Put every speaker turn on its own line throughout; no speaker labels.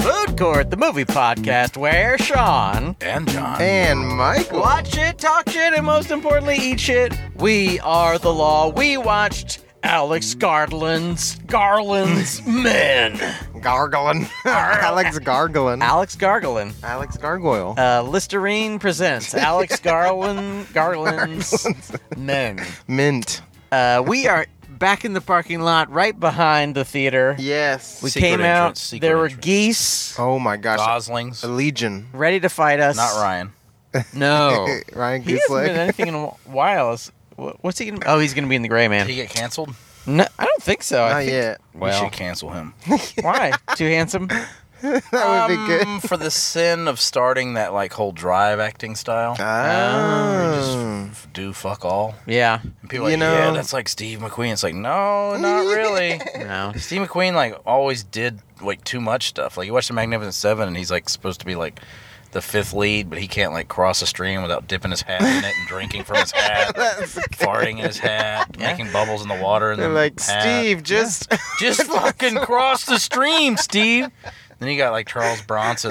Encore at the Movie Podcast, where Sean
And John.
And Michael.
watch shit, talk shit, and most importantly, eat shit. We are the law. We watched Alex Garland's Garland's Men.
Gargling. Alex gargling.
Alex Garland.
Alex Gargoyle.
Uh, Listerine presents Alex Garland Garland's Men.
Mint.
Uh, we are back in the parking lot, right behind the theater.
Yes.
We
Secret
came
entrance,
out.
secret
There were
entrance.
geese
oh my gosh.
Goslings.
A legion.
ready to fight us.
Not Ryan.
No.
Ryan
He hasn't been in
Gooseleg.
anything in a while. Is- wh- What's he gonna? Oh, he's gonna be in the Gray
Did
Man.
he get canceled?
No, I don't think so. I
Not
think-
yet.
we
Well.
should cancel him.
Why? Too handsome?
That would be good.
Um, for the sin of starting that like whole drive acting style. Oh,
Ah.
Just f- do fuck all.
Yeah.
And people are
You
like, yeah,
know-
that's like Steve McQueen. It's like, no, not really.
No.
Steve McQueen like always did like too much stuff. Like you watch the Magnificent Seven, and he's like supposed to be like the fifth lead, but he can't like cross a stream without dipping his hat in it and drinking from his hat, farting in his hat, making bubbles in the water. And
Ah. They're like, Steve, just.
just fucking cross the stream, Steve. Then you got like Charles Bronson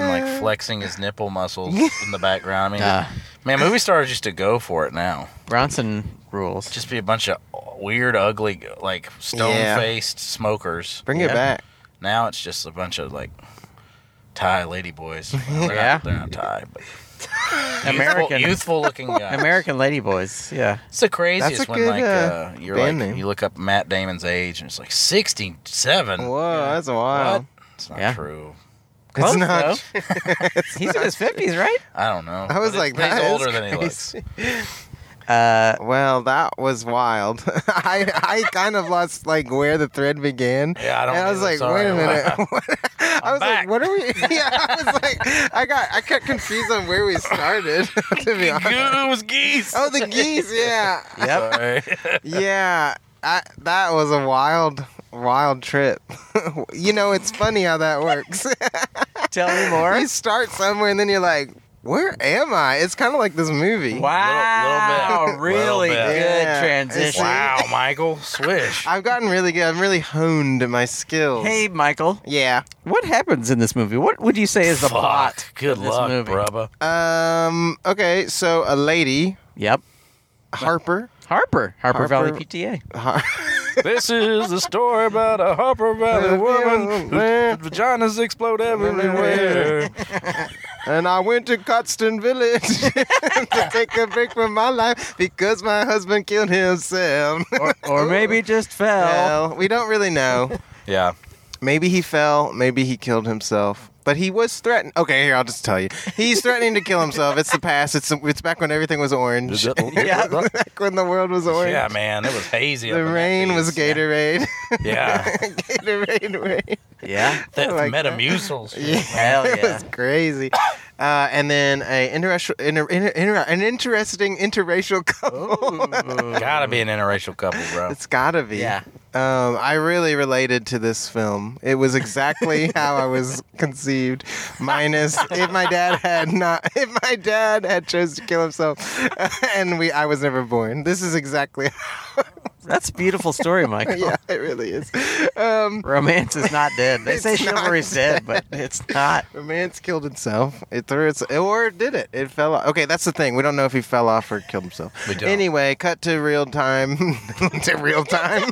like flexing his nipple muscles in the background. I mean,
Uh,
man, movie stars used to go for it now.
Bronson rules.
Just be a bunch of weird, ugly, like stone faced smokers.
Bring
Yeah.
it back.
Now it's just a bunch of like Thai lady boys. Well, they're
Yeah.
not, they're not Thai, but
American.
youthful looking guys.
American ladyboys. Yeah.
It's the craziest
That's a
when
good,
like uh,
uh,
you're like
band name.
you look up Matt Damon's age and it's like sixty seven.
Whoa, that's a wild.
It's not
Yeah.
true.
Close,
it's not.
though. He's in his fifties, right?
I don't know.
I was
But it-
like,
but he's
that is
older than he looks.
crazy.
Uh,
Well, that was wild. I I kind of lost like where the thread began.
Yeah, I don't
And I was
either.
like,
Sorry.
wait a minute. What- I was
back.
like, what are we? Yeah, I was like, I got I got confused on where we started. to be honest.
It was geese.
Oh, the geese. Yeah,
yep.
Sorry.
yeah. I, that was a wild, wild trip. you know, it's funny how that works.
Tell me more.
you start somewhere and then you're like, where am I? It's kind of like this movie.
Wow.
Little- little bit.
Really
Little
bit.
good
Yeah.
transition.
wow, Michael, swish.
I've gotten really good. I'm really honed at my skills.
Hey, Michael.
Yeah.
What happens in this movie? What would you say is the
Fuck.
plot?
Good
of this
luck,
movie?
brubba.
Um. Okay. So a lady,
Yep.
Harper.
Harper. Harper,
Harper-
Valley PTA.
Har-
this is the story about a Harper Valley woman whose vaginas explode everywhere.
and I went to Cotston Village to take a break from my life because my husband killed himself.
Or, or maybe just fell.
well, we don't really know.
Yeah.
Maybe he fell. Maybe he killed himself. But he was threatened. Okay, here I'll just tell you. He's threatening to kill himself. It's the past. It's it's back when everything was orange.
Yeah.
back when the world was orange.
Yeah, man, it was hazy. up
The
in that
rain
piece.
was Gatorade.
Yeah,
Gatorade rain.
Yeah.
that
like that.
Metamucil. shit,
Yeah.
man.
Hell
It
yeah.
was crazy. Uh, and then a interracial, inter, inter, inter, an interesting interracial
Oh.
couple.
Gotta be an interracial couple, bro.
it's gotta be.
Yeah.
Um, I really related to this film. It was exactly how I was conceived, minus if my dad had not, if my dad had chose to kill himself, and we, I was never born. This is exactly.
That's a beautiful story, Michael.
Yeah, it really is. Um,
Romance is not dead. They
It's
say
not
chivalry's dead, but it's not.
romance killed itself. It threw its, or it did it. It fell off. Okay, that's the thing. We don't know if he fell off or killed himself.
We don't.
Anyway, cut to real time. to real time.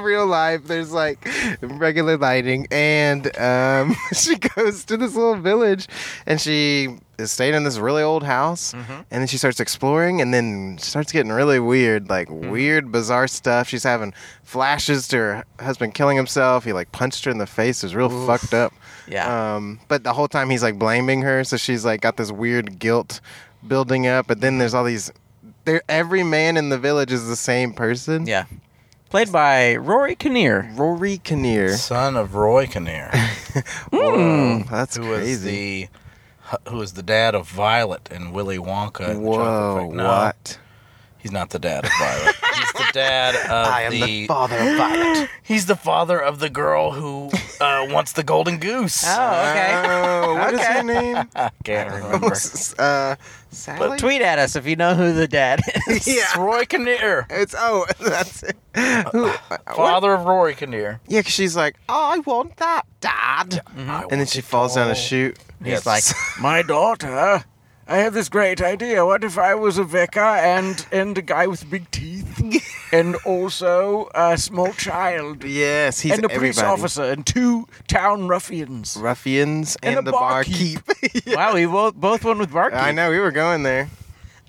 real life. There's like regular lighting. And um, she goes to this little village and she is staying in this really old house.
Mm-hmm.
And then she starts exploring and then starts getting really weird, like
Mm-hmm.
weird, bizarre stuff. She's having flashes to her husband killing himself. He like punched her in the face. It was real fucked up.
Yeah.
Um, but the whole time he's like blaming her, so she's like got this weird guilt building up. But then there's all these. There, every man in the village is the same person.
Yeah. Played by Rory Kinnear.
Rory Kinnear.
Son of Roy Kinnear,
Whoa, that's
who was
crazy.
the who was the dad of Violet and Willy Wonka. and the
Whoa,
Chocolate Factory. No,
what?
He's not the dad of Violet. he's the dad of
I am the, father of Violet.
He's the father of the girl who uh, once the golden goose.
Oh, okay.
Oh, what is
Okay.
her name?
I can't remember.
uh, Sally.
But tweet at us if you know who the dad is.
It's
yeah.
Roy Kinnear,
It's oh, that's it. Who, Uh, what?
father of Rory Kinnear.
Yeah, 'cause she's like, I want that, Dad.
Mm.
Mm-hmm. And then she falls down a chute.
Yes.
He's like, my daughter. I have this great idea. What if I was a vicar and and a guy with big teeth, and also a small child,
Yes, he's
and a police
everybody.
officer, and two town ruffians?
Ruffians and,
And a
the
barkeep.
barkeep.
Wow, we both both won with Barky.
I know we were going there.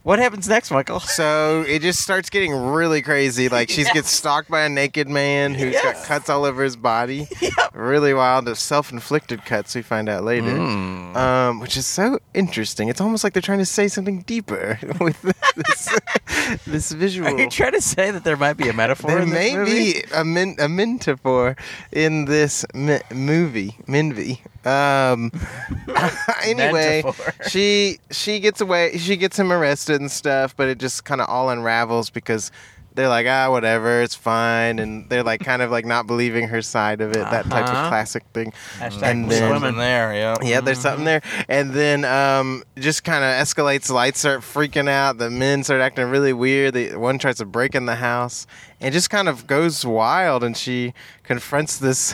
What happens next, Michael?
So it just starts getting really crazy. Like she
Yes.
gets stalked by a naked man who's got
Yes.
cuts all over his body. Really wild, of self-inflicted cuts. We find out later,
Hmm.
um, which is so interesting. It's almost like they're trying to say something deeper with this, this visual.
Are you trying to say that there might be a metaphor?
there
in this
may
movie?
be a min- a metaphor in this mi- movie, Minvy. Um, anyway,
Metaphor.
she she gets away. She gets him arrested and stuff, but it just kind of all unravels because they're like, ah, whatever, it's fine, and they're like, kind of like not believing her side of it. That type of
Uh-huh.
classic thing.
Hashtag
and
was
then
women.
Swimming there, yeah.
yeah, there's something there. And then um, just kind of escalates. Lights start freaking out. The men start acting really weird. The one tries to break in the house and just kind of goes wild. And she confronts this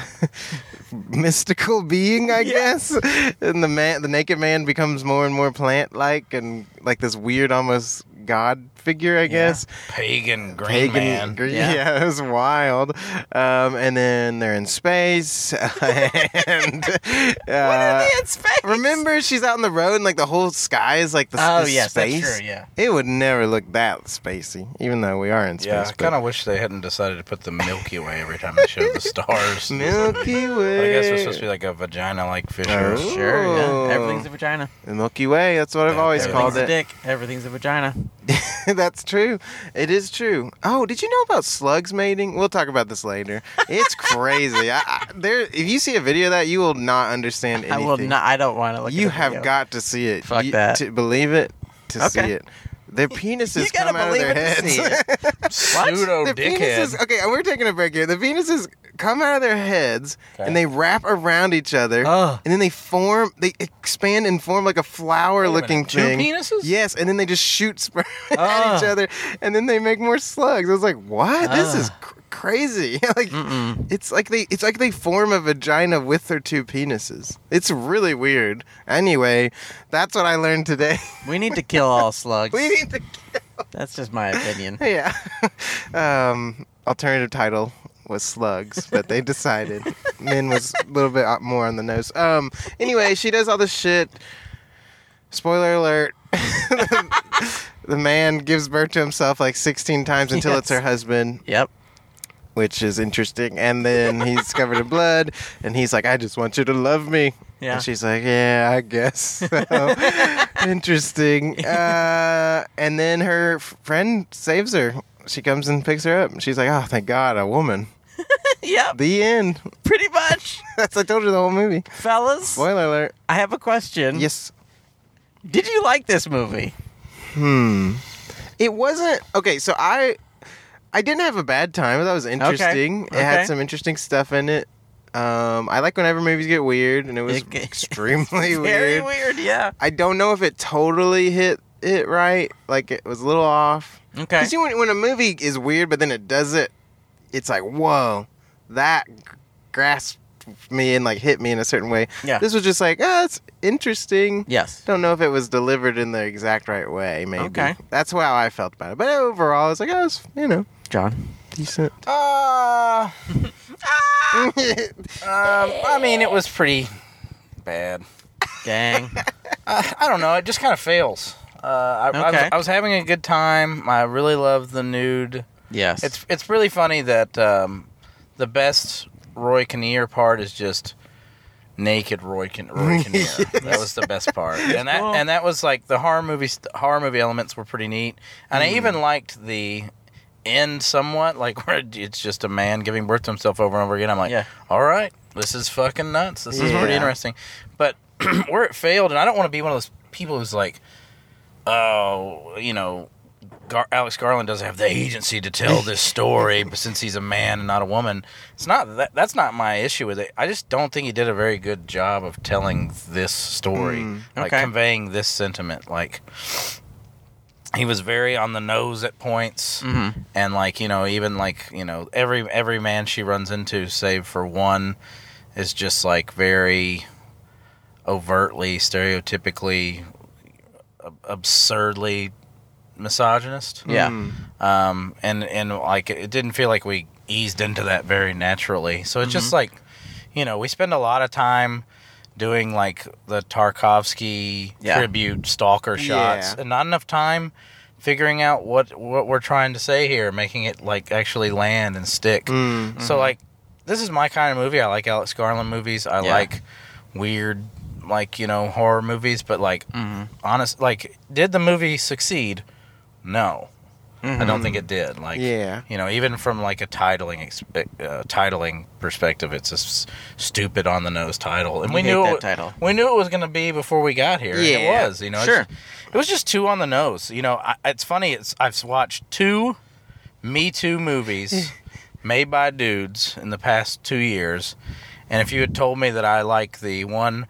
mystical being, I guess. And the man, the naked man, becomes more and more plant-like and like this weird, almost god figure, I guess.
Pagan green
Pagan
man.
Gre- yeah.
Yeah.
it was wild. Um, and then they're in space, and uh,
They had space.
Remember, she's out on the road, and like the whole sky is like the
Oh
the
yes,
space.
that's true. Yeah.
It would never look that spacey, even though we are in space.
Yeah, I
but-
kind of wish they hadn't decided to put the Milky Way every time they showed the stars.
Milky
I
Way.
guess it's supposed to be like a vagina-like fish. or
Oh.
Sure.
Ooh.
Yeah. Everything's a vagina.
the Milky Way. That's what I've
Yeah,
always
everything's
called
Everything's a
it.
dick. Everything's a vagina.
that's true. It is true. Oh, did you know about slugs mating? We'll talk about this later. It's crazy. I, I, there, if you see a video of that, you will not understand anything.
I will not. I don't want to look. at
You
the
have
video.
got to see it.
Fuck
You-
that.
To believe it, to see
Okay.
it. Their penises
You gotta
come out of their
believe it
heads.
to see
Pseudo
the
dickhead.
penises. Okay, we're taking a break here. The penises come out of their heads
Okay.
and they wrap around each other,
Ugh.
and then they form, they expand and form like a flower-looking
minute, two
thing.
penises?
Yes, and then they just shoot sperm at
Ugh.
each other, and then they make more slugs. I was like, what? This
Ugh.
is cr- crazy. like it's like they it's like they form a vagina with their two penises. It's really weird. Anyway, that's what I learned today.
We need to kill all slugs.
we need to.
That's just my opinion.
Yeah. Um, alternative title was slugs, but they decided men was a little bit o- more on the nose. Um, anyway, she does all this shit. Spoiler alert. the man gives birth to himself like 16 times until it's
Yes.
her husband,
Yep.
which is interesting. And then he's covered in blood, and he's like, I just want you to love me.
Yeah.
And she's like, Yeah, I guess. So. interesting. Uh, and then her f- friend saves her. She comes and picks her up. and She's like, Oh, thank God, a woman.
Yep.
The end.
Pretty much,
That's, I told you the whole movie.
fellas.
Spoiler alert.
I have a question.
Yes.
Did you like this movie?
Hmm. It wasn't okay. So I, I didn't have a bad time. That was interesting. It had
okay.
some interesting stuff in it. Um, I like whenever movies get weird, and it was
It-
extremely
Very
weird.
weird. Yeah.
I don't know if it totally hit it right. Like it was a little off.
Okay.
Because when, when a movie is weird, but then it does it, it's like whoa, that g- grasped me and like hit me in a certain way.
Yeah.
This was just like, oh, it's interesting.
yes.
Don't know if it was delivered in the exact right way. Maybe.
Okay.
That's how I felt about it. But overall, it's like, oh, it's you know
John.
decent.
Uh, Ah!
it
Um, I mean, it was pretty bad.
Dang.
I, I don't know. It just kind of fails. Uh, I, I, was,
Okay.
I was having a good time. I really loved the nude.
Yes.
It's it's really funny that um, the best Roy Kinnear part is just naked Roy, Kin- Roy Kinnear. That was the best part, and that
Well-
and that was like the horror movie st- horror movie elements were pretty neat, and
Mm-hmm.
I even liked the end somewhat, like where it's just a man giving birth to himself over and over again. I'm like,
Yeah.
all right, this is fucking nuts. This is pretty
Yeah.
interesting, but where it failed, and I don't want to be one of those people who's like, oh, you know, Gar- Alex Garland doesn't have the agency to tell this story, but since he's a man and not a woman, it's not that, that's not my issue with it. I just don't think he did a very good job of telling this story, like
okay.
conveying this sentiment. Like he was very on the nose at points,
Mm. Mm-hmm,
and like you know, even like you know, every every man she runs into, save for one, is just like very overtly, stereotypically, ab- absurdly misogynist.
Yeah.
Um, and and like it didn't feel like we eased into that very naturally. So it's
Mm-hmm.
just like, you know, we spend a lot of time doing like the Tarkovsky
Yeah.
tribute stalker shots,
Yeah.
and not enough time figuring out what what we're trying to say here, making it like actually land and stick.
Mm-hmm.
mm.
So like this is my kind of movie. I like Alex Garland movies. I
Yeah.
like weird like, you know, horror movies, but like
Mhm.
honest like did the movie succeed? No.
mm-hmm.
I don't think it did. Like
Yeah.
you know, even from like a titling ex- uh, titling perspective, it's a s- stupid on the nose title, and
You
we
hate
knew
that
it,
title.
We knew it was going to be before we got here. and
Yeah,
it was. You know,
sure.
It's, it was just too on the nose. You know, I, it's funny. It's I've watched two Me Too movies made by dudes in the past two years, and if you had told me that I like the one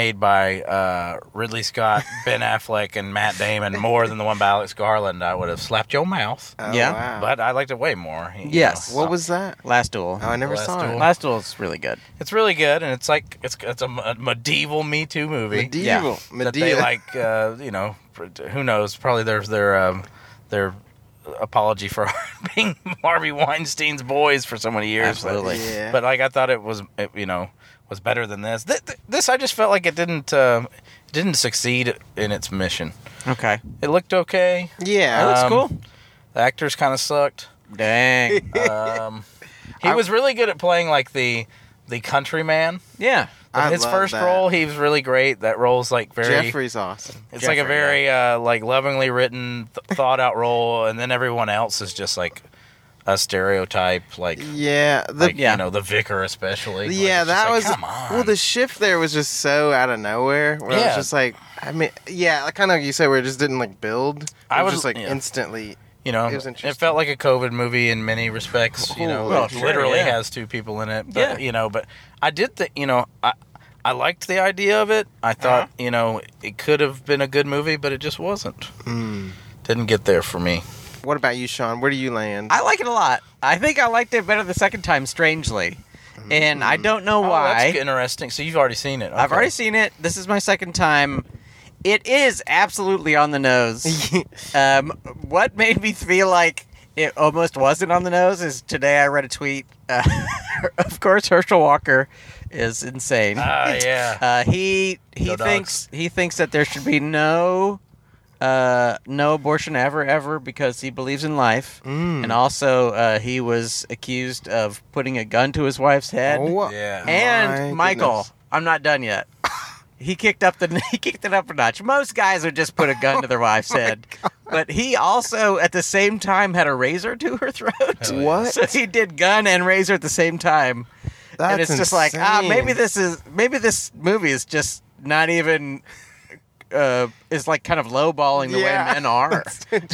made by uh, Ridley Scott, Ben Affleck, and Matt Damon more than the one by Alex Garland, I would have slapped your mouth.
Oh,
Yeah.
wow.
But I liked it way more. you
Yes.
know.
what was that?
Last Duel.
Oh, I never
Last
saw it.
Duel.
Last Duel's really good.
It's really good, and it's like it's it's a m- medieval Me Too movie.
Medieval.
that they
Medieval.
like, uh, you know, pr- who knows? Probably their their um, their apology for being Harvey Weinstein's boys for so many years.
Absolutely.
Yeah.
But like I thought it was, it, you know, was better than this. Th- th- this I just felt like it didn't uh, didn't succeed in its mission.
Okay.
It looked okay.
yeah.
That looks
Um,
cool.
The actors kind of sucked.
Dang.
Um, he
I-
was really good at playing like the the countryman.
yeah.
I
his
love
first
that.
role, he was really great. That role's like very
Jeffrey's awesome.
It's like a
Jeffrey,
very uh, like lovingly written, th- thought out role, and then everyone else is just like a stereotype, like,
Yeah. The
like,
yeah.
you know the vicar especially. Like,
yeah,
it's just
that
like,
was
come on.
well. The shift there was just so out of nowhere. Where it was
Yeah.
just like, I mean, yeah, kind of like you said, where it just didn't like build. It
I
was
was-
just like
yeah.
instantly.
you know,
it was
it,
interesting.
felt like a COVID movie in many respects. You know,
Holy
it
shit,
literally
yeah.
has two people in it. But,
Yeah.
you know, but I did think you know I I liked the idea of it. I
Uh-huh.
thought you know it could have been a good movie, but it just wasn't.
Hmm.
Didn't get there for me.
What about you, Sean? Where do you land?
I like it a lot. I think I liked it better the second time, strangely. And I don't know
Oh,
why.
that's interesting. So you've already seen it.
I've
Okay.
already seen it. This is my second time. It is absolutely on the nose. um, what made me feel like it almost wasn't on the nose is today I read a tweet. Uh, of course, Herschel Walker is insane.
Ah, yeah.
Uh, he he
Go dogs.
thinks he thinks that there should be no uh, no abortion ever ever because he believes in life, and also uh, he was accused of putting a gun to his wife's head.
Oh,
Yeah.
And
my
Michael,
goodness.
I'm not done yet. He kicked up the he kicked it up a notch. Most guys would just put a gun to their wife's head, but he also at the same time had a razor to her throat.
Hell yeah.
What?
So he did gun and razor at the same time,
That's
and it's just like ah,
insane.
maybe this is maybe this movie is just not even. Uh, is like kind of lowballing the
Yeah.
way men are. Maybe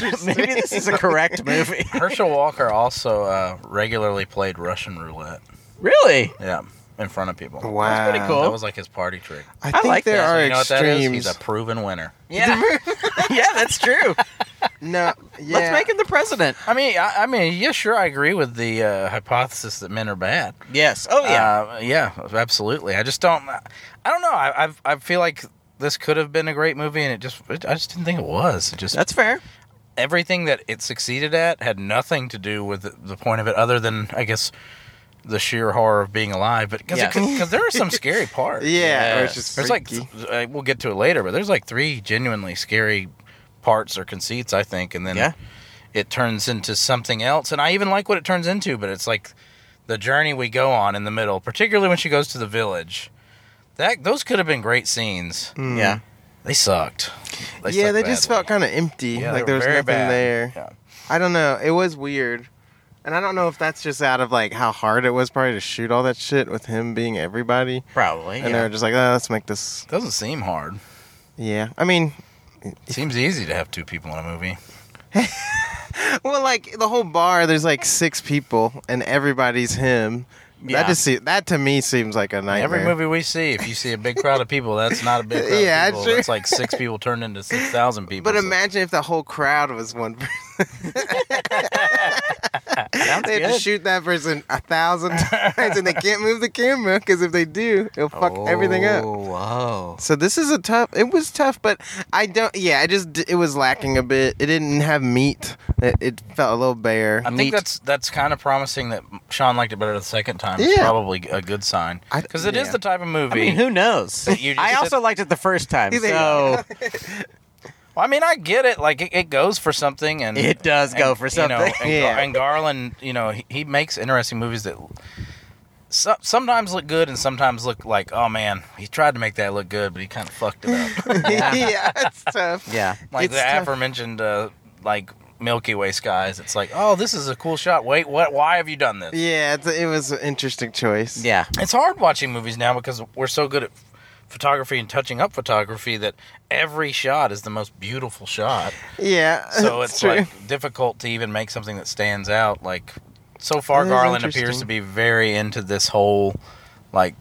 this is a correct movie.
Herschel Walker also uh, regularly played Russian roulette.
really?
Yeah, in front of people.
Wow.
That's pretty cool.
That was like his party trick.
I
I
think
like
there
that.
So
are
you know what that is?
extremes.
He's a proven winner.
Yeah. yeah, that's true.
no, yeah.
Let's make him the president.
I mean, I, I mean, yeah, sure, I agree with the uh, hypothesis that men are bad.
Yes. Oh yeah.
uh, yeah, absolutely. I just don't. I don't know. I I've, I feel like this could have been a great movie, and it just it, I just didn't think it was. It just
That's fair.
everything that it succeeded at had nothing to do with the- the point of it, other than I guess the sheer horror of being alive. But because
Yeah.
there are some scary parts.
Yeah, or
Yes.
it's just
There's like
freaky.
th- uh, we'll get to it later, but there's like three genuinely scary parts or conceits, I think, and then
Yeah.
it turns into something else. And I even like what it turns into, but it's like the journey we go on in the middle, particularly when she goes to the village. That those could have been great scenes.
Yeah.
They sucked.
yeah,
sucked
they just
badly.
felt kind of empty.
Yeah,
like
they
there
were
was
very
nothing
bad.
there.
Yeah.
I don't know. It was weird. And I don't know if that's just out of like how hard it was probably to shoot all that shit with him being everybody.
Probably.
And they were just like, oh, let's make this.
Doesn't seem hard.
Yeah. I mean,
Seems easy to have two people in a movie.
Well, like the whole bar, there's like six people, and everybody's him.
Yeah.
That just se- that to me seems like a nightmare.
Every movie we see, if you see a big crowd of people, that's not a big crowd
Yeah,
of people.
true.
That's like six people turned into 6,000 people.
But imagine if the whole crowd was one person. they have to
good.
shoot that person a thousand times, and they can't move the camera because if they do, it'll fuck everything
Oh,
up.
Whoa.
So this is a tough. It was tough, but I don't. Yeah, I just d- it was lacking a bit. It didn't have meat. It, it felt a little bare.
I think
Neat.
that's that's kind of promising that Sean liked it better the second time. It's
Yeah.
probably a good sign
I-
because it is
yeah.
the type of
I
movie.
mean, who knows?
You just
I
said-
also liked it the first time,
Either-
so
Well, I mean, I get it. Like it, it goes for something, and
it does
and,
go for something.
You know, and, Gar-
Yeah.
and Garland, you know, he, he makes interesting movies that so- sometimes look good and sometimes look like, oh man, he tried to make that look good, but he kind of fucked it up.
yeah. it's tough.
yeah.
like
It's
the
tough.
aforementioned, uh, like Milky Way skies. It's like, oh, this is a cool shot. Wait, what? Why have you done this?
Yeah, it's, it was an interesting choice.
Yeah.
It's hard watching movies now because we're so good at photography and touching up photography that every shot is the most beautiful shot.
yeah.
So
that's
it's
true.
like difficult to even make something that stands out. Like so far,
That is
Garland
interesting.
appears to be very into this whole like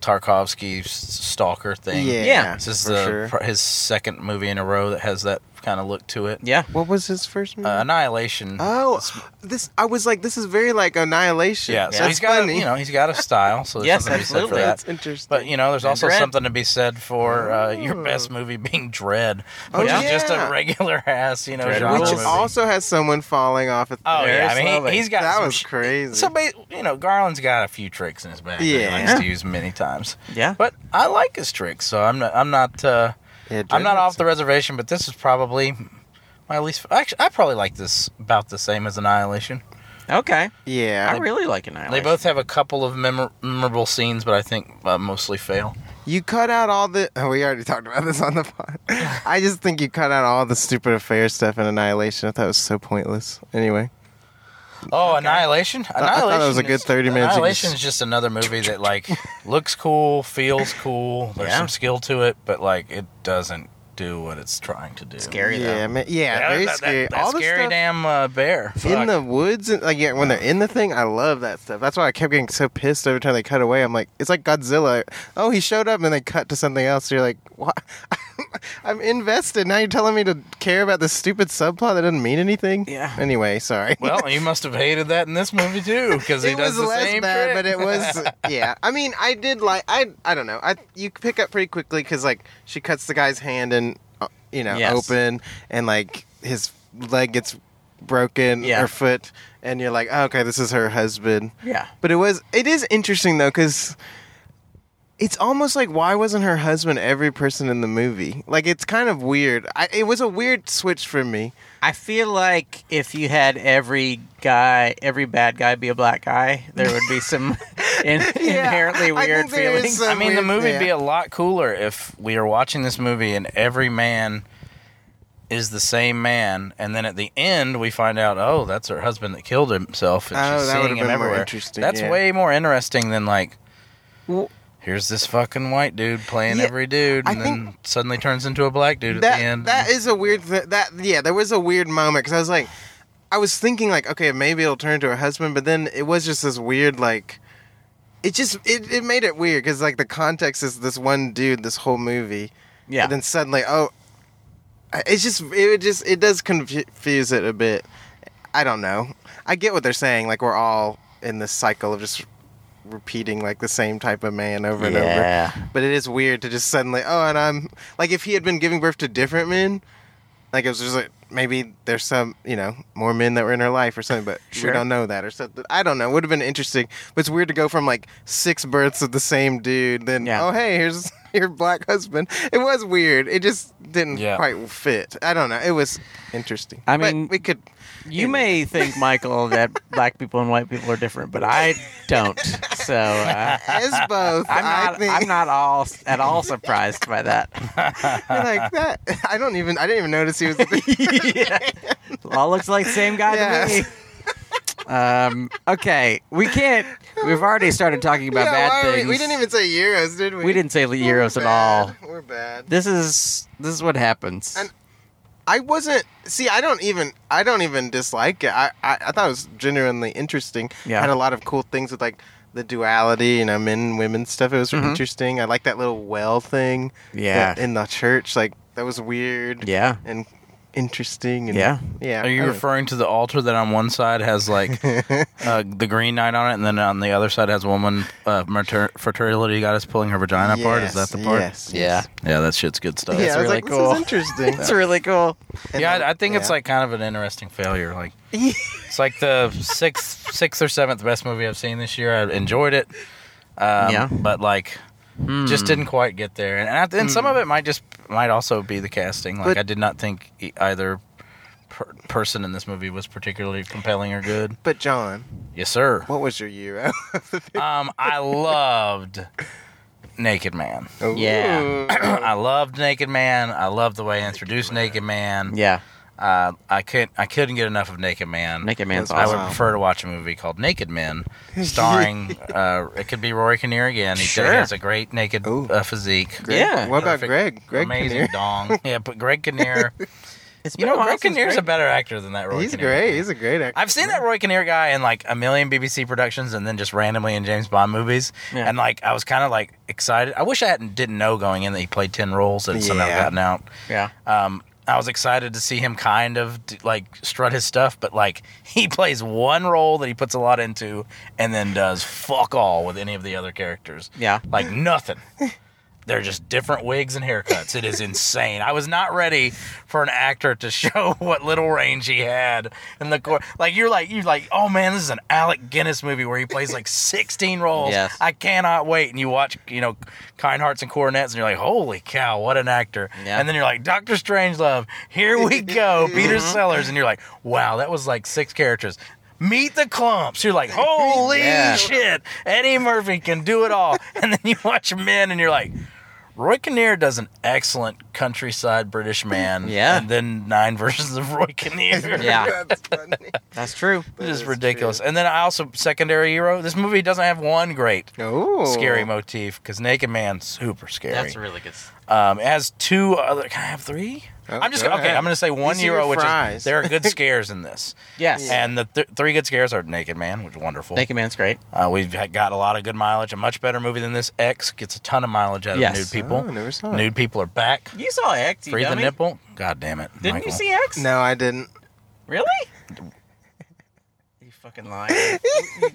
Tarkovsky s- stalker thing.
yeah,
Yeah.
this is
for
the,
sure.
pr- his second movie in a row that has that kind of look to it.
Yeah.
What was his first movie?
Uh, Annihilation.
Oh,
It's-
this I was like, this is very like Annihilation.
yeah. So
yeah.
he's got a,
funny.
you know he's got a style. So there's
Yes,
something to be said for
absolutely.
that.
that's interesting.
But you know, there's also
Dread.
something to be said for uh, your best movie being Dread, which
Oh,
is just
yeah.
a regular ass, you know,
Dread
genre
which
was-
movie.
also has someone falling off. At
oh
very
yeah, I mean,
slowly.
he, has got
that
some
was
sh-
crazy.
So, ba- you know, Garland's got a few tricks in his bag.
Yeah.
that he likes to use many times.
Yeah.
But I like his tricks, so I'm not. I'm not. Uh,
Yeah,
I'm not
Dread
off the reservation. But this is probably my least. Actually, I probably like this about the same as Annihilation.
Okay.
was- Yeah,
I really like Annihilation.
They both have a couple of memor- memorable scenes, but I think uh, mostly fail.
you cut out all the. Oh, we already talked about this on the pod. I just think you cut out all the stupid affair stuff in Annihilation. I thought it was so pointless. Anyway,
Oh, Annihilation!
I
Annihilation
thought it was a good
is-
30 minutes. You
Annihilation
just-
is just another movie that like looks cool, feels cool. There's
Yeah.
some skill to it, but like it doesn't do what it's trying to do.
Scary though.
yeah, man, yeah,
That-
very
that- that-
scary.
that
all the
scary
stuff
damn uh, bear.
in the woods, and, like yeah, when they're in the thing, I love that stuff. That's why I kept getting so pissed every time they cut away. I'm like, it's like Godzilla. Oh, he showed up, and they cut to something else. You're like, what? I'm invested. Now you're telling me to care about this stupid subplot that doesn't mean anything.
Yeah.
Anyway, sorry.
well, you must have hated that in this movie too, because he
it
does
was
the
less
same
bad,
trick.
but it was yeah. I mean, I did like I I don't know. I you pick up pretty quickly because like she cuts the guy's hand and uh, you know
Yes.
open and like his leg gets broken
Yeah.
or foot and you're like oh, okay this is her husband.
Yeah.
But it was it is interesting though because. It's almost like why wasn't her husband every person in the movie? Like it's kind of weird. I, it was a weird switch for me.
I feel like if you had every guy, every bad guy be a black guy, there would be some in- inherently
I
weird
think there is
feelings.
some
I mean, the
weird-
movie'd
yeah.
be a lot cooler if we are watching this movie and every man is the same man, and then at the end we find out, oh, that's her husband that killed himself, and
Oh,
she's
that
seeing
would've
him
been more
everywhere.
interesting,
that's
yeah.
way more interesting than like.
Well-
Here's this fucking white dude playing
Yeah,
every dude,
I
and then suddenly turns into a black dude at
that,
the end.
That is a weird. Th- that yeah, there was a weird moment because I was like, I was thinking like, okay, maybe it'll turn to her husband, but then it was just this weird like. It just it, it made it weird because like the context is this one dude this whole movie,
Yeah.
And then suddenly, oh, I- it's just it would just it does confuse it a bit. I don't know. I get what they're saying. Like we're all in this cycle of just repeating like the same type of man over and over.
Yeah.
But it is weird to just suddenly, oh, and I'm like, if he had been giving birth to different men, like it was just like maybe there's some, you know, more men that were in her life or something, but
Sure.
we don't know that or something. I don't know. Would have been interesting, but it's weird to go from like six births of the same dude, then
Yeah.
oh hey, here's your black husband. It was weird. It just didn't
Yeah.
quite fit. I don't know. It was interesting.
I
But
mean,
we could.
You may think, Michael, that black people and white people are different, but I don't. So uh,
As both,
I'm
I
not.
think
I'm not all at all surprised by that.
you're like that. I don't even. I didn't even notice he was.
yeah. All looks like same guy
Yes.
to me. Um, okay, we can't. We've already started talking about
Yeah, why
bad
are we-
things.
We, didn't even say Euros, did we?
We didn't say
We're
Euros at
bad.
all.
We're bad.
This is this is what happens.
And- I wasn't. See, I don't even. I don't even dislike it. I, I, I thought it was genuinely interesting.
Yeah.
Had a lot of cool things with like the duality, you know, men and women stuff. It was interesting. I like that little well thing.
Mm-hmm. Yeah.
that- In the church, like that was weird.
Yeah.
And interesting. And,
Yeah.
Yeah.
Are you
I-
referring to the altar that on one side has like uh, the green knight on it, and then on the other side has a woman uh, mater- fertility goddess pulling her vagina apart? Is that
Yes,
the part? Oh,
Yes.
Yeah.
Yeah, that shit's good stuff.
That's
yeah, I was
really
like,
cool.
This is interesting.
It's really cool.
And
yeah,
then-
I, I think it's
yeah.
like kind of an interesting failure. Like it's like the sixth, sixth or seventh best movie I've seen this year. I enjoyed it. Um,
Yeah.
but like
Hmm.
just didn't quite get there. And and, I, and some of it might just might also be the casting. Like
Mm. But-
I did not think e- either per- person in this movie was particularly compelling or good.
But John,
Yes, sir.
what was your year?
Um, I loved Naked Man.
Oh.
Yeah.
I loved Naked Man. I loved the way I introduced Naked Man.
Yeah.
Uh, I couldn't. I couldn't get enough of Naked Man.
Naked Man's
I
awesome.
would prefer to watch a movie called Naked Men, starring. uh, it could be Rory Kinnear again. He
Sure.
has a great naked
Ooh.
uh, physique.
Greg- Yeah.
What about
Perfect,
Greg? Greg
amazing
Kinnear?
dong. Yeah, but Greg Kinnear.
It's
you
been a
know,
while
Greg
since
Kinnear's a
Greg-
better actor than that Rory.
He's
Kinnear.
great. He's a great actor.
I've seen that Roy Kinnear guy in like a million BBC productions and then just randomly in James Bond movies.
Yeah.
And like I was kind of like excited. I wish I hadn't didn't know going in that he played 10 roles and somehow
Yeah.
gotten out.
Yeah.
Um I was excited to see him kind of d- like strut his stuff, but like he plays one role that he puts a lot into and then does fuck all with any of the other characters.
Yeah.
Like nothing. They're just different wigs and haircuts. It is insane. I was not ready for an actor to show what little range he had in the court. Like you're like you're like, oh man, this is an Alec Guinness movie where he plays like 16 roles.
Yes.
I cannot wait. And you watch, you know, Kind Hearts and Coronets, and you're like, holy cow, what an actor.
Yeah. Mm-hmm.
And then you're like, Doctor Strangelove, here we go, Peter Sellers, and you're like, wow, that was like six characters. Meet the clumps. You're like, holy
Yeah.
shit, Eddie Murphy can do it all. And then you watch Men, and you're like, Roy Kinnear does an excellent countryside British man.
Yeah.
And then nine versions of Roy Kinnear.
Yeah.
That's funny.
That's true.
It
That is
is ridiculous. And then I also, secondary hero, this movie doesn't have one great
Oh,
scary motif because Naked Man's super scary.
That's really good.
Um, it has two other. Can I have three?
Oh,
I'm just
go
okay.
ahead.
I'm going to say one
These are your
euro, which
fries.
is there are good scares in this,
Yes.
and the th- three good scares are Naked Man, which is wonderful.
Naked Man's great.
Uh, we've had- got a lot of good mileage. A much better movie than this. X gets a ton of mileage out
Yes.
of nude people.
Oh, never saw it.
nude people are back.
You saw X.
Free the nipple. God damn it!
Didn't
Michael.
you see X?
No, I didn't.
Really? You fucking liar.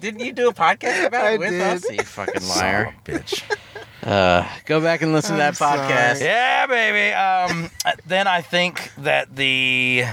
Didn't you do a podcast about
I
it with
did.
us? You fucking
Son of a
liar.
bitch.
Uh, go back and listen
I'm
to that podcast.
sorry.
Yeah, baby. Um, then I think that the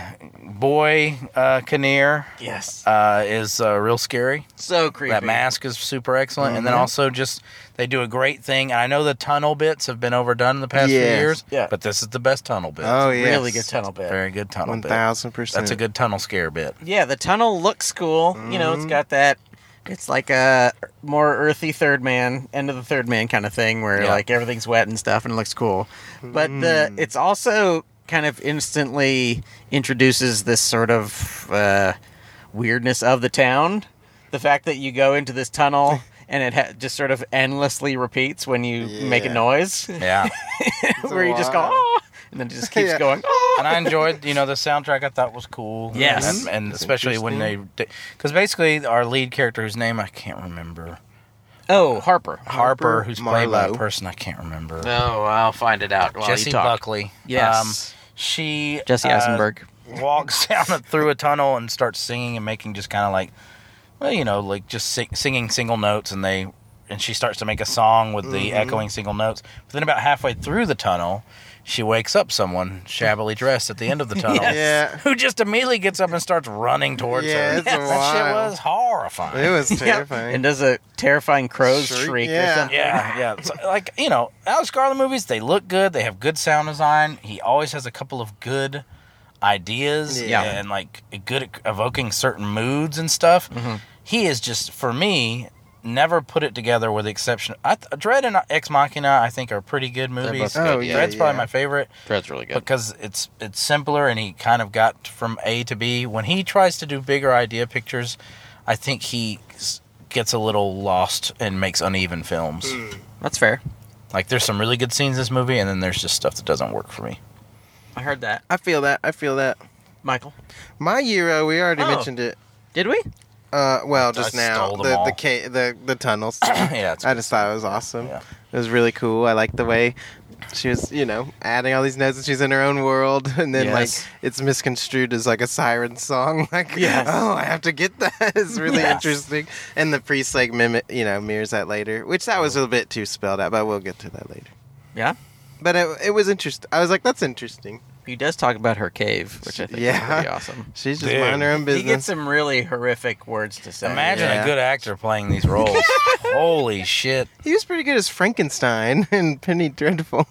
boy uh, Kinnear
Yes.
uh, is uh, real scary.
So creepy.
That mask is super excellent, and
Mm-hmm.
then also just they do a great thing. And I know the tunnel bits have been overdone in the past
Yes.
few years,
Yeah.
but this is the best tunnel bit.
Oh, yeah.
Really good tunnel bit.
very good tunnel
One
bit.
thousand percent.
That's a good tunnel scare bit.
Yeah, the tunnel looks cool. You know,
Mm-hmm.
it's got that. It's like a more earthy third man, end of the third man kind of thing, where
Yeah.
like everything's wet and stuff, and it looks cool. But
Mm.
the it's also kind of instantly introduces this sort of uh, weirdness of the town. The fact that you go into this tunnel and it ha- just sort of endlessly repeats when you make a
Yeah.
noise,
Yeah,
where you just go
wild.
oh, and then it just keeps
Yeah.
going oh.
and I enjoyed. You know, the soundtrack I thought was cool.
Yes.
and, and especially when they, because basically our lead character whose name I can't remember,
Oh, Harper.
Harper, who's played by a
Marlowe.
person I can't remember.
No, Oh, I'll find it out. While
Jesse
you talk.
Buckley.
Yes.
Um, she
Jesse
uh,
Eisenberg.
walks down a- through a tunnel and starts singing and making just kind of like, well, you know, like just sing, singing single notes, and they and she starts to make a song with
Mm-hmm.
the echoing single notes. But then about halfway through the tunnel, she wakes up someone shabbily dressed at the end of the tunnel,
Yes. Yeah.
who just immediately gets up and starts running towards
Yeah,
her.
it's
that shit
wild.
was horrifying.
It was
"Oh." Yeah,
terrifying.
And does a terrifying crow's
Shriek,
shriek,
yeah.
or something.
Yeah, yeah. So, like you know, Alex Garland movies, they look good. They have good sound design. He always has a couple of good ideas,
Yeah.
and like good at evoking certain moods and stuff. He is just for me never put it together with the exception. I th- Dread and Ex Machina, I think, are pretty good
both
movies.
good,
Oh, yeah,
Dread's probably
yeah.
my favorite
That's really good.
because it's it's simpler and he kind of got from A to B. When he tries to do bigger idea pictures, I think he s- gets a little lost and makes uneven films.
Mm.
That's fair.
Like there's some really good scenes in this movie, and then there's just stuff that doesn't work for me.
I heard that.
I feel that. I feel that.
Michael,
My Euro, we already
Oh.
mentioned it.
did we?
Uh, well, just
I
now
stole them
the
all.
the, ca- the the tunnels.
yeah, it's
I just thought it was awesome.
Yeah.
It was really cool. I liked the way she was, you know, adding all these notes and she's in her own world, and then
Yes.
like it's misconstrued as like a siren song. Like,
Yes.
oh, I have to get that. It's really
Yes.
interesting. And the priest like mimic, you know, mirrors that later, which that was a little bit too spelled out, but we'll get to that later.
Yeah.
But it, it was interesting. I was like, that's interesting.
He does talk about her cave, which I think is
Yeah.
pretty awesome.
She's just
Dude.
minding her own business.
He gets some really horrific words to say.
Imagine
Yeah.
a good actor playing these roles. Holy shit!
He was pretty good as Frankenstein and Penny Dreadful.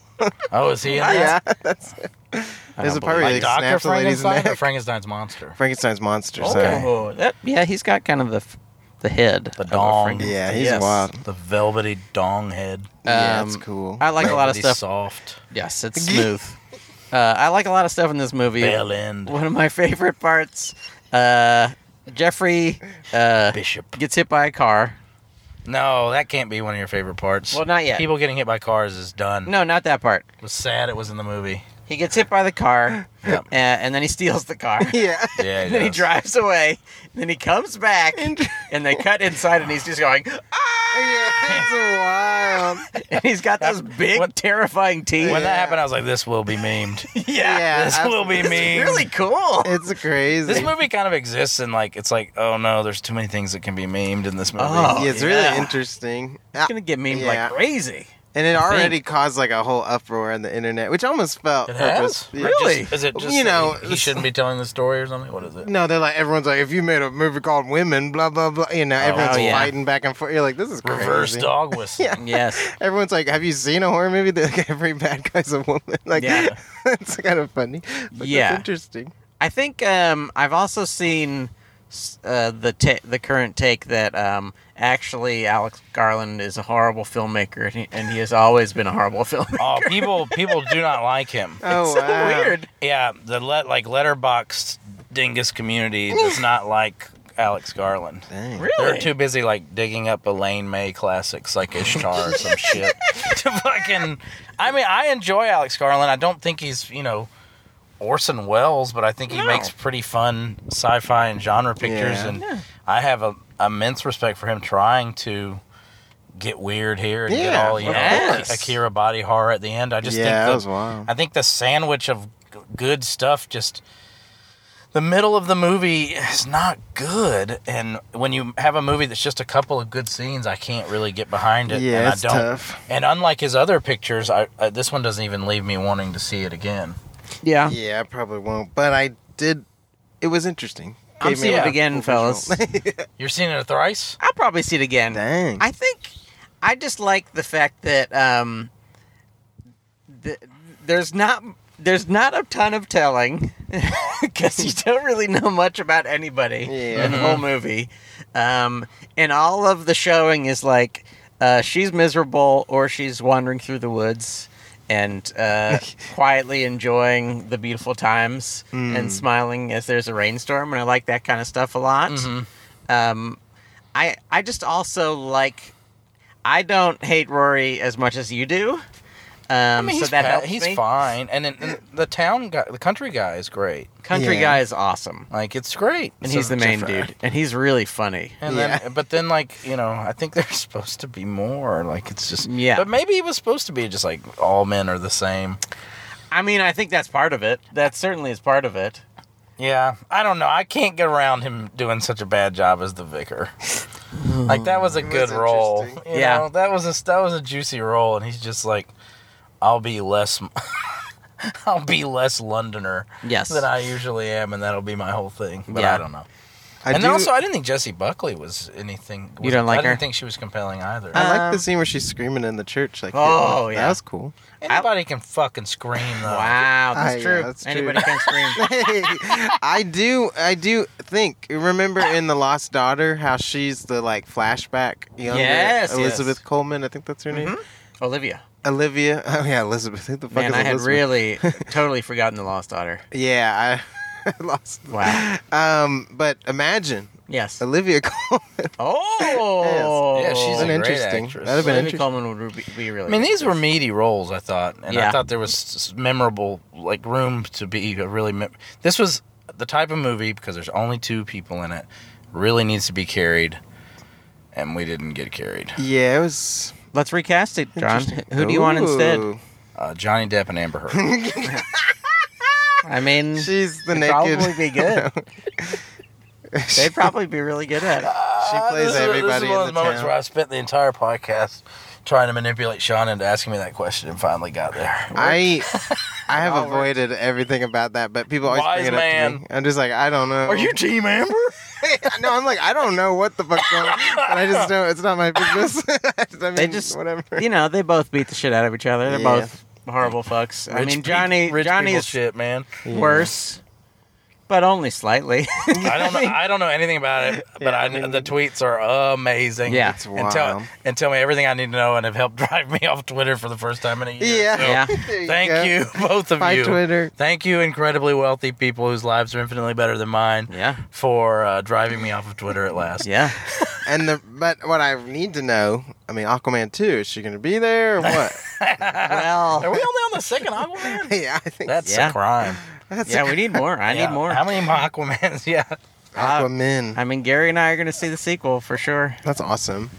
Oh, is he in that?
yeah, that's
I
there's
don't
a part where
believe
they
Like Doctor
snaps the lady's
Frankenstein or
neck.
Frankenstein's monster.
Frankenstein's monster.
Okay.
Sorry.
Oh, that, yeah, he's got kind of the f- the head.
The
of a Um,
dong.
Franken-
Yeah, he's
Yes.
wild.
The velvety dong head.
yeah, that's
Um,
cool.
I like a lot of
Velvety
stuff.
Soft
Yes, it's smooth. uh, I like a lot of stuff in this movie.
bell end
One of my favorite parts, uh, Jeffrey uh,
bishop.
gets hit by a car.
No, that can't be one of your favorite parts.
Well, not yet.
People getting hit by cars is done.
No, not that part.
It was sad it was in the movie.
He gets hit by the car,
Yeah.
uh, and then he steals the car.
yeah.
Yeah.
And then he
does.
drives away. And then he comes back,
And-
and they cut inside, and he's just going,
yeah, it's wild.
and he's got those big,
What-
terrifying teeth.
When
Yeah.
that happened, I was like, "This will be memed.
yeah,
Yeah,
this
I-
will be
it's
memed."
really cool.
It's crazy.
This movie kind of exists in like it's like, oh no, there's too many things that can be memed in this movie.
Oh.
yeah, it's really
yeah.
interesting.
It's gonna get memed
Yeah.
like crazy.
And it already caused like a whole uproar on the internet, which almost felt
It
purpose.
has?
Yeah.
Really?
Just- is it just
You
you
know,
know he, he shouldn't be telling the story or something? What is it?
No, they're like everyone's like, if you made a movie called Women, blah blah blah, you know, everyone's
oh, yeah.
fighting back and forth. You're like, this is crazy.
Reverse dog whistle.
Yeah.
Yes.
Everyone's like, "Have you seen a horror movie? That, like, every bad guy's a woman." Like,
Yeah.
it's kind of funny. But
Yeah.
that's interesting.
I think um, I've also seen s- uh, the ta- the current take that um, actually Alex Garland is a horrible filmmaker, and he, and he has always been a horrible filmmaker.
Oh, people people do not like him.
Oh
so
wow.
weird.
Yeah, the let like letterbox dingus community does not like Alex Garland.
Dang.
Really?
They're too busy like digging up Elaine May classics like Ishtar or some shit to fucking. I mean, I enjoy Alex Garland. I don't think he's you know Orson Welles, but I think he
No.
makes pretty fun sci-fi and genre pictures,
Yeah.
and
Yeah.
I have a immense respect for him trying to get weird here and get
Yeah,
all you
of
know
course.
Akira body horror at the end. I just think
yeah,
the-
that was wild.
I think the sandwich of g- good stuff just the middle of the movie is not good and when you have a movie that's just a couple of good scenes I can't really get behind it and
yeah,
I
it's
don't
tough.
and unlike his other pictures I, I this one doesn't even leave me wanting to see it again.
Yeah.
Yeah, I probably won't. But I did. It was interesting.
I'm
Gave me
seeing
a
it again,
cool
fellas.
visual.
You're seeing it thrice?
I'll probably see it again.
Dang.
I think I just like the fact that um, th- there's not there's not a ton of telling because you don't really know much about anybody
Yeah.
in the whole movie, um, and all of the showing is like uh, she's miserable or she's wandering through the woods. And uh, quietly enjoying the beautiful times and smiling as there's a rainstorm, and I like that kind of stuff a lot. Um, I I just also like I don't hate Rory as much as you do. Um,
I mean,
so
he's,
that
pa-
helps
he's
me.
fine and, then and the town guy the country guy is great.
Country
Yeah.
guy is awesome,
Like it's great.
and
So
he's the main
different.
dude, and he's really funny.
And
Yeah.
then, but then, like you know, I think there's supposed to be more. Like it's just,
Yeah.
But maybe it was supposed to be just like all men are the same.
I mean, I think that's part of it. That certainly is part of it.
Yeah, I don't know. I can't get around him doing such a bad job as the vicar. like that was a good
was
role.
interesting.
You
Yeah.
know, that was a that was a juicy role, and he's just like, I'll be less, I'll be less Londoner
Yes.
than I usually am, and that'll be my whole thing. But
Yeah.
I don't know.
I
and
do,
then also, I didn't think Jessie Buckley was anything. Was,
don't like
I
her?
didn't think she was compelling either.
I like
Um,
the scene where she's screaming in the church. Like,
Oh,
that
yeah.
was cool.
Anybody can fucking scream though.
Wow,
Ah,
Oh, that's
yeah,
true.
that's true.
Anybody can scream.
I do, I do think. Remember in the Lost Daughter, how she's the like flashback younger
Yes, yes.
Elizabeth Coleman. I think that's her name.
Olivia.
Olivia. Oh yeah, Elizabeth. Who the fuck
Man,
is
I had
Elizabeth?
really totally forgotten the Lost Daughter.
Yeah, I lost.
Wow.
Um, but imagine
Yes.
Olivia Colman.
Oh,
Yeah, she's a
an
great
interesting.
actress.
That'd have been
Olivia
interesting.
Colman would be, be really.
I mean, these
good.
were meaty roles, I thought, and
Yeah.
I thought there was s- memorable, like room to be a really. Mem- this was the type of movie because there's only two people in it, really needs to be carried, and we didn't get carried.
Yeah, it was.
Let's recast it, John.
interesting.
Who do you want instead?
Ooh.
Uh, Johnny Depp and Amber Heard.
I mean,
She's the
It'd
naked.
probably be good.
she,
they'd probably be really good at it.
she plays
Uh, this
everybody in
Is, this is one of
the
the moments
town.
where I spent the entire podcast trying to manipulate Sean into asking me that question, and finally got there.
I I have
Wow, we're-
avoided everything about that, but people always
Wise
bring it up to
man.
me. I'm just like, I don't know.
Are you Team Amber?
no, I'm like, I don't know what the fuck's going on. But I just know it's not my business. I mean,
They just-
whatever.
You know, they both beat the shit out of each other. They're
Yeah.
both horrible fucks. I
Rich
mean,
peop-
Johnny.
rich
Johnny
people
is
shit, man.
worse, but only slightly.
I don't know. I don't know anything about it, but
Yeah,
I,
I mean-
the tweets are amazing.
Yeah.
It's
and tell
wild.
and tell me everything I need to know, and have helped drive me off Twitter for the first time in a year.
Yeah.
So,
Yeah.
There you
Thank
go.
you, both of
Bye,
you.
Twitter.
Thank you, incredibly wealthy people whose lives are infinitely better than mine,
yeah,
for uh, driving me off of Twitter at last.
yeah.
And the but what I need to know, I mean, Aquaman two is she going to be there or what?
Are
Well,
we only on the second Aquaman?
yeah, I think
That's
Yeah.
a crime.
that's
yeah. We need more. I
Yeah.
need more.
How many Aquamans? Yeah.
Aquaman.
I mean, Gary and I are going to see the sequel for sure.
that's awesome.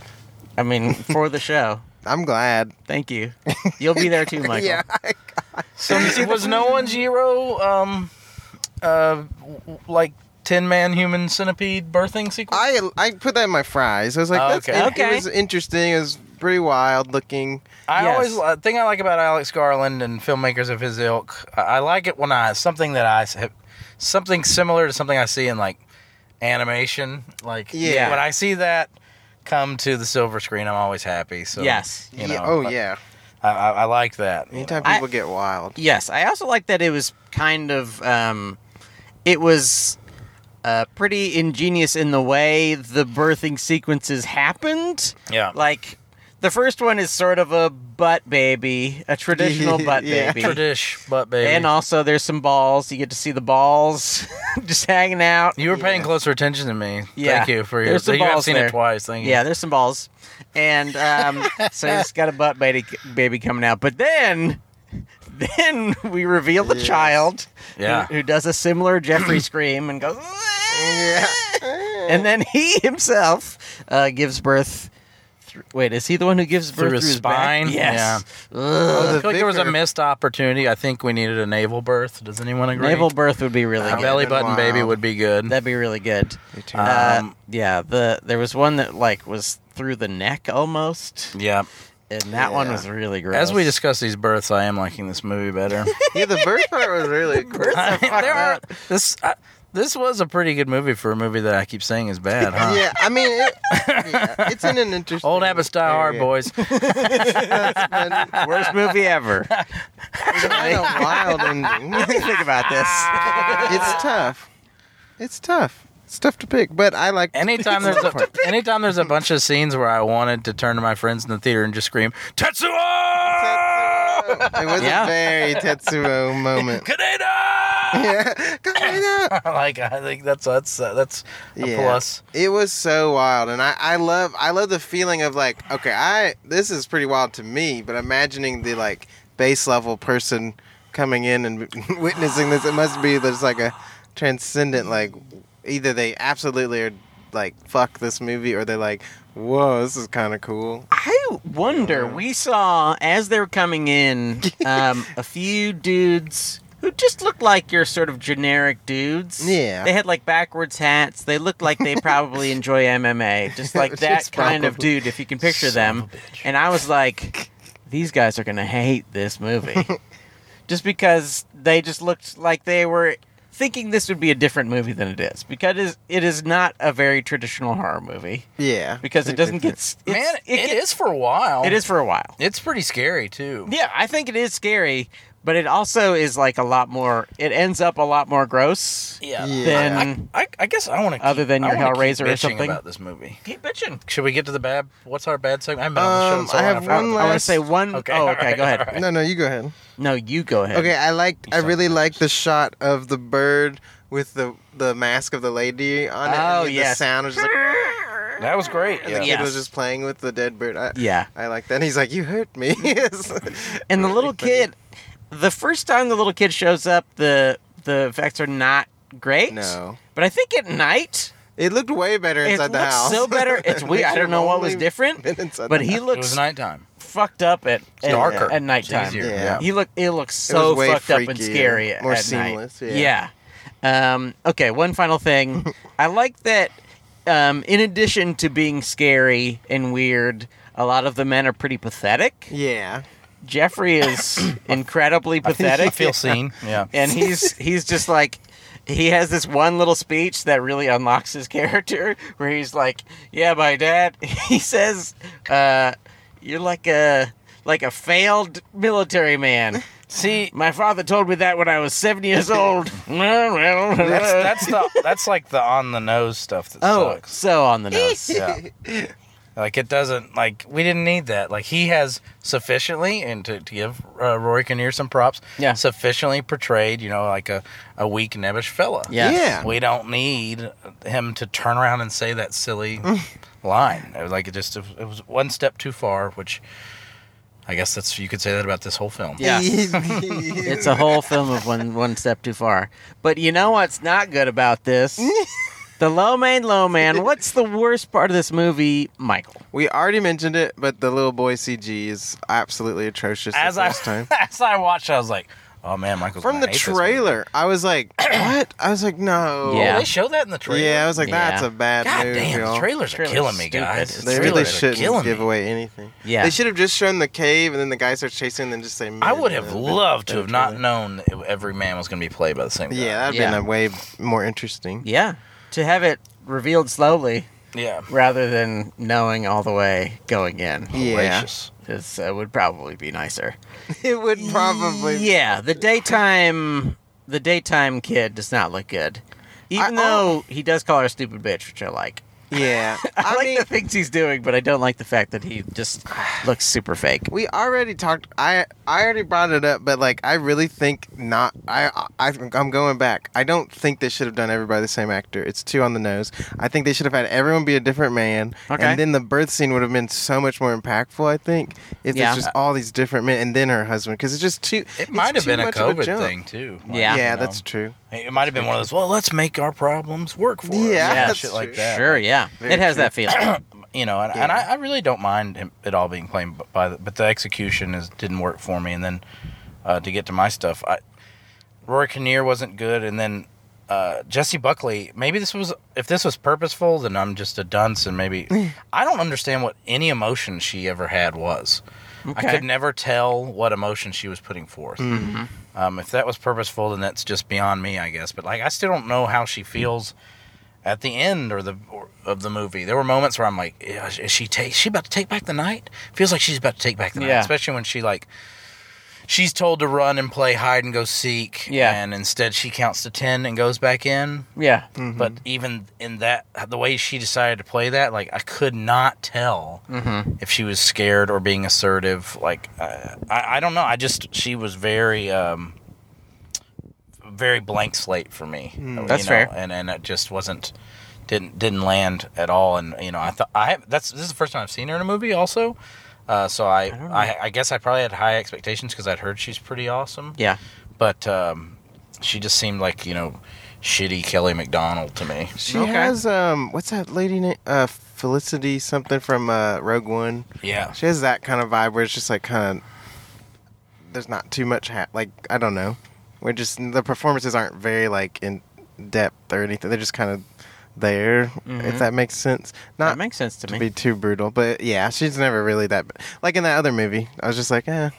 I mean, for the show.
I'm glad.
Thank you. You'll be there too, Michael.
Yeah,
So was no one zero um, uh, w- like ten man human centipede birthing sequel?
I I put that in my fries. I was like,
Oh,
that's,
okay.
it,
Okay.
it was interesting. It was pretty wild looking.
I
Yes.
always the thing I like about Alex Garland and filmmakers of his ilk. I, I like it when I something that I s- have, something similar to something I see in like animation. Like
Yeah.
when I see that come to the silver screen, I'm always happy. So
Yes.
you know.
yeah, oh
I-
yeah.
I, I, I like that.
Anytime
I-
people get wild.
Yes, I also like that it was kind of um, it was uh, pretty ingenious in the way the birthing sequences happened.
Yeah,
Like the first one is sort of a butt baby, a traditional butt
Yeah.
baby.
tradish, but baby.
and also there's some balls. You get to see the balls just hanging out.
you were paying
Yeah.
closer attention than me.
Yeah.
Thank you for your.
There's some
you have
balls
seen
there.
it twice. Thank you.
Yeah, there's some balls. And um, so he's got a butt baby, baby coming out. But then, then we reveal the
Yes.
child
Yeah.
who, who does a similar Jeffrey scream and goes,
Yeah.
and then he himself uh, gives birth. Through, wait, is he the one who gives birth
Through
through,
his
back?
spine?
Yes. Ugh.
Oh,
I
the
feel like there was a
vicar-
missed opportunity. I think we needed a navel birth. Does anyone agree?
Naval birth would be really
A
Yeah,
good.
belly
that'd been
button baby
wild.
would be good.
That'd be really good.
They turned-
Uh,
Um,
yeah, the there was one that like was through the neck almost,
yeah.
and that one
Yeah.
was really gross.
As we discuss these births, I am liking this movie better.
yeah, the birth part was really cool.
I mean,
fucked
there are-
up.
this I, this was a pretty good movie for a movie that I keep saying is bad, huh?
Yeah, I mean, it, yeah, it's in an interesting.
Old habits die hard,
area.
boys.
That's been-
worst movie ever. what
it's been a wild
do
ending.
you think about this?
It's tough. It's tough. It's tough to pick, but I like.
Anytime there's a anytime there's a bunch of scenes where I wanted to turn to my friends in the theater and just scream Tetsuo,
It was
Yeah.
a very Tetsuo moment.
Kaneda.
yeah, Come on up.
like I think that's that's uh, that's a
Yeah.
plus.
It was so wild, and I, I love I love the feeling of like okay, I this is pretty wild to me, but imagining the like base level person coming in and witnessing this, it must be there's like a transcendent like either they absolutely are like fuck this movie or they're like whoa this is kind of cool.
I wonder. We saw as they were coming in um, a few dudes who just looked like your sort of generic dudes.
Yeah.
they had like backwards hats. They looked like they probably enjoy MMA, just like that
Just
kind of
probably.
dude. If you can picture
Son
them,
of a bitch.
and I was like, these guys are gonna hate this movie, just because they just looked like they were. Thinking this would be a different movie than it is because it is, it is not a very traditional horror movie
Yeah,
because it doesn't get s- it's-
Man,
it
it
get-
is for a while.
it is for a while.
It's pretty scary too.
Oh. Yeah, I think it is scary, but it also is like a lot more. It ends up a lot more gross.
Yeah.
Then-
I, I, I guess I want to.
Other than your Hellraiser or
keep bitching
something?
about this movie.
Keep bitching.
Should we get to the bad? What's our bad segment? I haven't been on the show in
Um,
so
I
long,
have
forgot
one
what the-
I want to
last-
say one oh
Okay, all
okay,
right,
go ahead.
all right.
no no you go ahead.
No, you go ahead.
Okay, I liked. I
son of
really
a
liked the shot of the bird with the the mask of the lady on it.
Oh,
and the
yes.
sound was just like.
That was great.
and The
Yeah.
kid
Yes.
was just playing with the dead bird. I,
Yeah.
I like that. And he's like, "You hurt me." It's
And the little
pretty funny.
kid, the first time the little kid shows up, the the effects are not great.
No,
But I think at night
it looked way better
it
inside the
looks
house.
so better. It's weird. I
Should've
don't know what was
only
different,
been inside
but
the
he
house.
It
looks
was nighttime.
fucked up at
It's
at-
darker.
at
It's
nighttime.
easier.
Yeah.
Yeah.
He look it looks
Oh. It
so
was way
fucked up and
freakier,
scary.
more
at
seamless,
Night.
yeah.
Yeah. Um, okay. One final thing. I like that. Um, in addition to being scary and weird, a lot of the men are pretty pathetic.
Yeah,
Jeffrey is incredibly pathetic.
I feel seen. Yeah.
and he's he's just like he has this one little speech that really unlocks his character where he's like yeah my dad he says uh, you're like a like a failed military man
See,
my father told me that when i was seven years old
that's
that's,
that's the that's like the on the nose stuff that
oh
sucks.
so on the nose
Yeah. Like it doesn't like we didn't need that. Like he has sufficiently and to, to give uh, Rory Kinnear some props.
Yeah.
Sufficiently portrayed, you know, like a a weak nebbish fella.
Yeah.
yeah.
We don't need him to turn around and say that silly line. It was like it just it was one step too far, which I guess that's you could say that about this whole film.
Yeah. it's a whole film of one one step too far but you know what's not good about this the low man low man what's the worst part of this movie michael
we already mentioned it, but the little boy CG is absolutely atrocious.
As
the
I
first time.
as I watched, I was like, oh man, Michael's
From the
gonna hate this movie.
trailer, I was like, "What?" I was like, "No."
Yeah.
Oh, they show that in the trailer.
Yeah, I was like,
Yeah.
"That's a bad
God
move,
damn,
y'all."
the trailers are
Trailer's
killing me,
stupid.
guys.
It's
They
The
really
trailers are killing
shouldn't give
me.
away anything.
Yeah.
They should have just shown the cave and then the guy starts chasing and then just say,
I
"Man,
would have
that'd been
loved to
better
have not
trailer."
known that every man was going to be played by the same guy.
Yeah, that'd
Yeah.
been a way more interesting.
Yeah. To have it revealed slowly
yeah.
rather than knowing all the way going in.
Yeah.
Gracious.
This uh, would probably be nicer.
It would probably
Yeah, the daytime the daytime kid does not look good. Even
I-
though he does call her a stupid bitch, which I like.
Yeah.
I,
I
like
mean,
the things he's doing, but I don't like the fact that he just looks super fake.
we already talked I I already brought it up, but like I really think not I, I I'm going back. I don't think they should have done everybody the same actor. It's too on the nose. I think they should have had everyone be a different man.
Okay.
And then the birth scene would have been so much more impactful, I think, if
Yeah.
it's just all these different men and then her husband cuz it's just too
It
it's
might have
too
been a
much of
COVID
jump.
thing, too. Like,
Yeah.
Yeah,
you know,
that's true.
It might have been one of those, well, let's make our problems work for us.
Yeah,
Yeah.
that's
Shit
true.
like that. Um,
Sure, yeah.
Very
it has
true.
that feeling.
You know, and, and I, I really don't mind him, it all being played by the, but the execution is, didn't work for me. And then uh, to get to my stuff, I, Rory Kinnear wasn't good. And then uh, Jesse Buckley, maybe this was, if this was purposeful, then I'm just a dunce. And maybe, I don't understand what any emotion she ever had was. I
Okay. Mm-hmm.
could never tell what emotion she was putting forth. Um, if that was purposeful, then that's just beyond me, I guess. But like, I still don't know how she feels at the end or the or, of the movie. There were moments where I'm like, "Yeah, is she ta- is she about to take back the night? Feels like she's about to take back the night,
Yeah.
especially when she like she's told to run and play hide and go seek,
Yeah.
and instead she counts to ten and goes back in.
Yeah.
But even in that, the way she decided to play that, like I could not tell
Mm-hmm.
if she was scared or being assertive. Like uh, I, I don't know. I just she was very, um, very blank slate for me. you
Mm, That's
know,
fair.
And and it just wasn't didn't didn't land at all. And you know I thought I that's this is the first time I've seen her in a movie also. Uh, so I I, I guess I probably had high expectations because I'd heard she's pretty awesome
Yeah.
but um, she just seemed like you know shitty Kelly McDonald to me.
She
Okay.
has um, what's that lady name? Uh, Felicity something from uh, Rogue One.
Yeah,
She has that kind of vibe where it's just like kind of there's not too much ha- like I don't know. We're just the performances aren't very like in depth or anything. They're just kind of there, if that makes sense. Not
Mm-hmm. That makes sense to
to
me.
be too brutal, but yeah, she's never really that. b- Like in that other movie, I was just like, eh,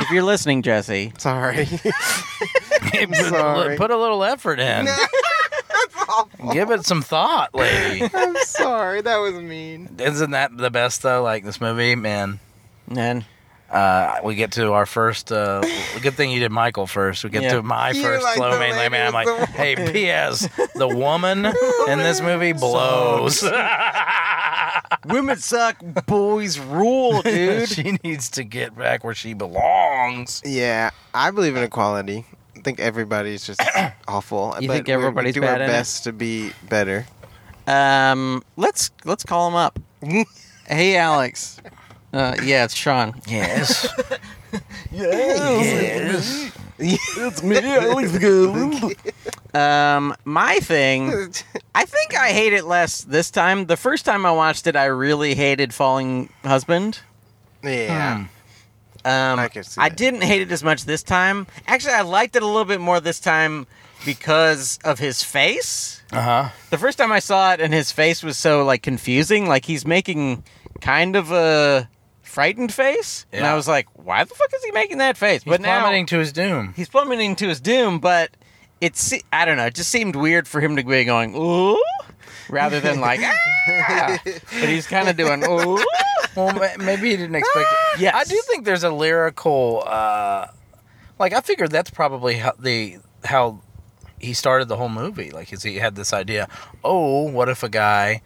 If you're listening, Jesse,
sorry.
put,
sorry.
put a little effort in. Give it some thought, lady.
I'm sorry, that was mean.
Isn't that the best though? Like this movie, man.
man.
Uh, we get to our first. Uh, good thing you did Michael first. We get
Yeah.
to my
You
first
like
slow
the
main
lady
lay man. I'm
with
like,
the
hey, P.S. The woman in this movie blows.
Women suck, boys rule, dude.
she needs to get back where she belongs.
Yeah, I believe in equality. think everybody's just awful.
You
but
think
we're-
everybody's
we do
bad
our
in it?
best to be better.
Um, let's let's call him up. hey, Alex. Uh, yeah, it's Sean.
Yes.
Yes.
It's me, Alex Gold.
Um, my thing. I think I hate it less this time. The first time I watched it, I really hated Falling Husband.
yeah.
Um,
I can see that.
didn't hate it as much this time. Actually, I liked it a little bit more this time because of his face.
Uh huh.
The first time I saw it, and his face was so like confusing. Like he's making kind of a frightened face, and
Yeah.
I was like, "Why the fuck is he making that face?"
He's
but now
plummeting to his doom.
he's plummeting to his doom. But it's I don't know. It just seemed weird for him to be going ooh, rather than like ah. But he's kind of doing ooh.
Well, ma- maybe he didn't expect it.
Yes.
I do think there's a lyrical. Uh, like I figured that's probably how the how he started the whole movie. Like is he had this idea. Oh, what if a guy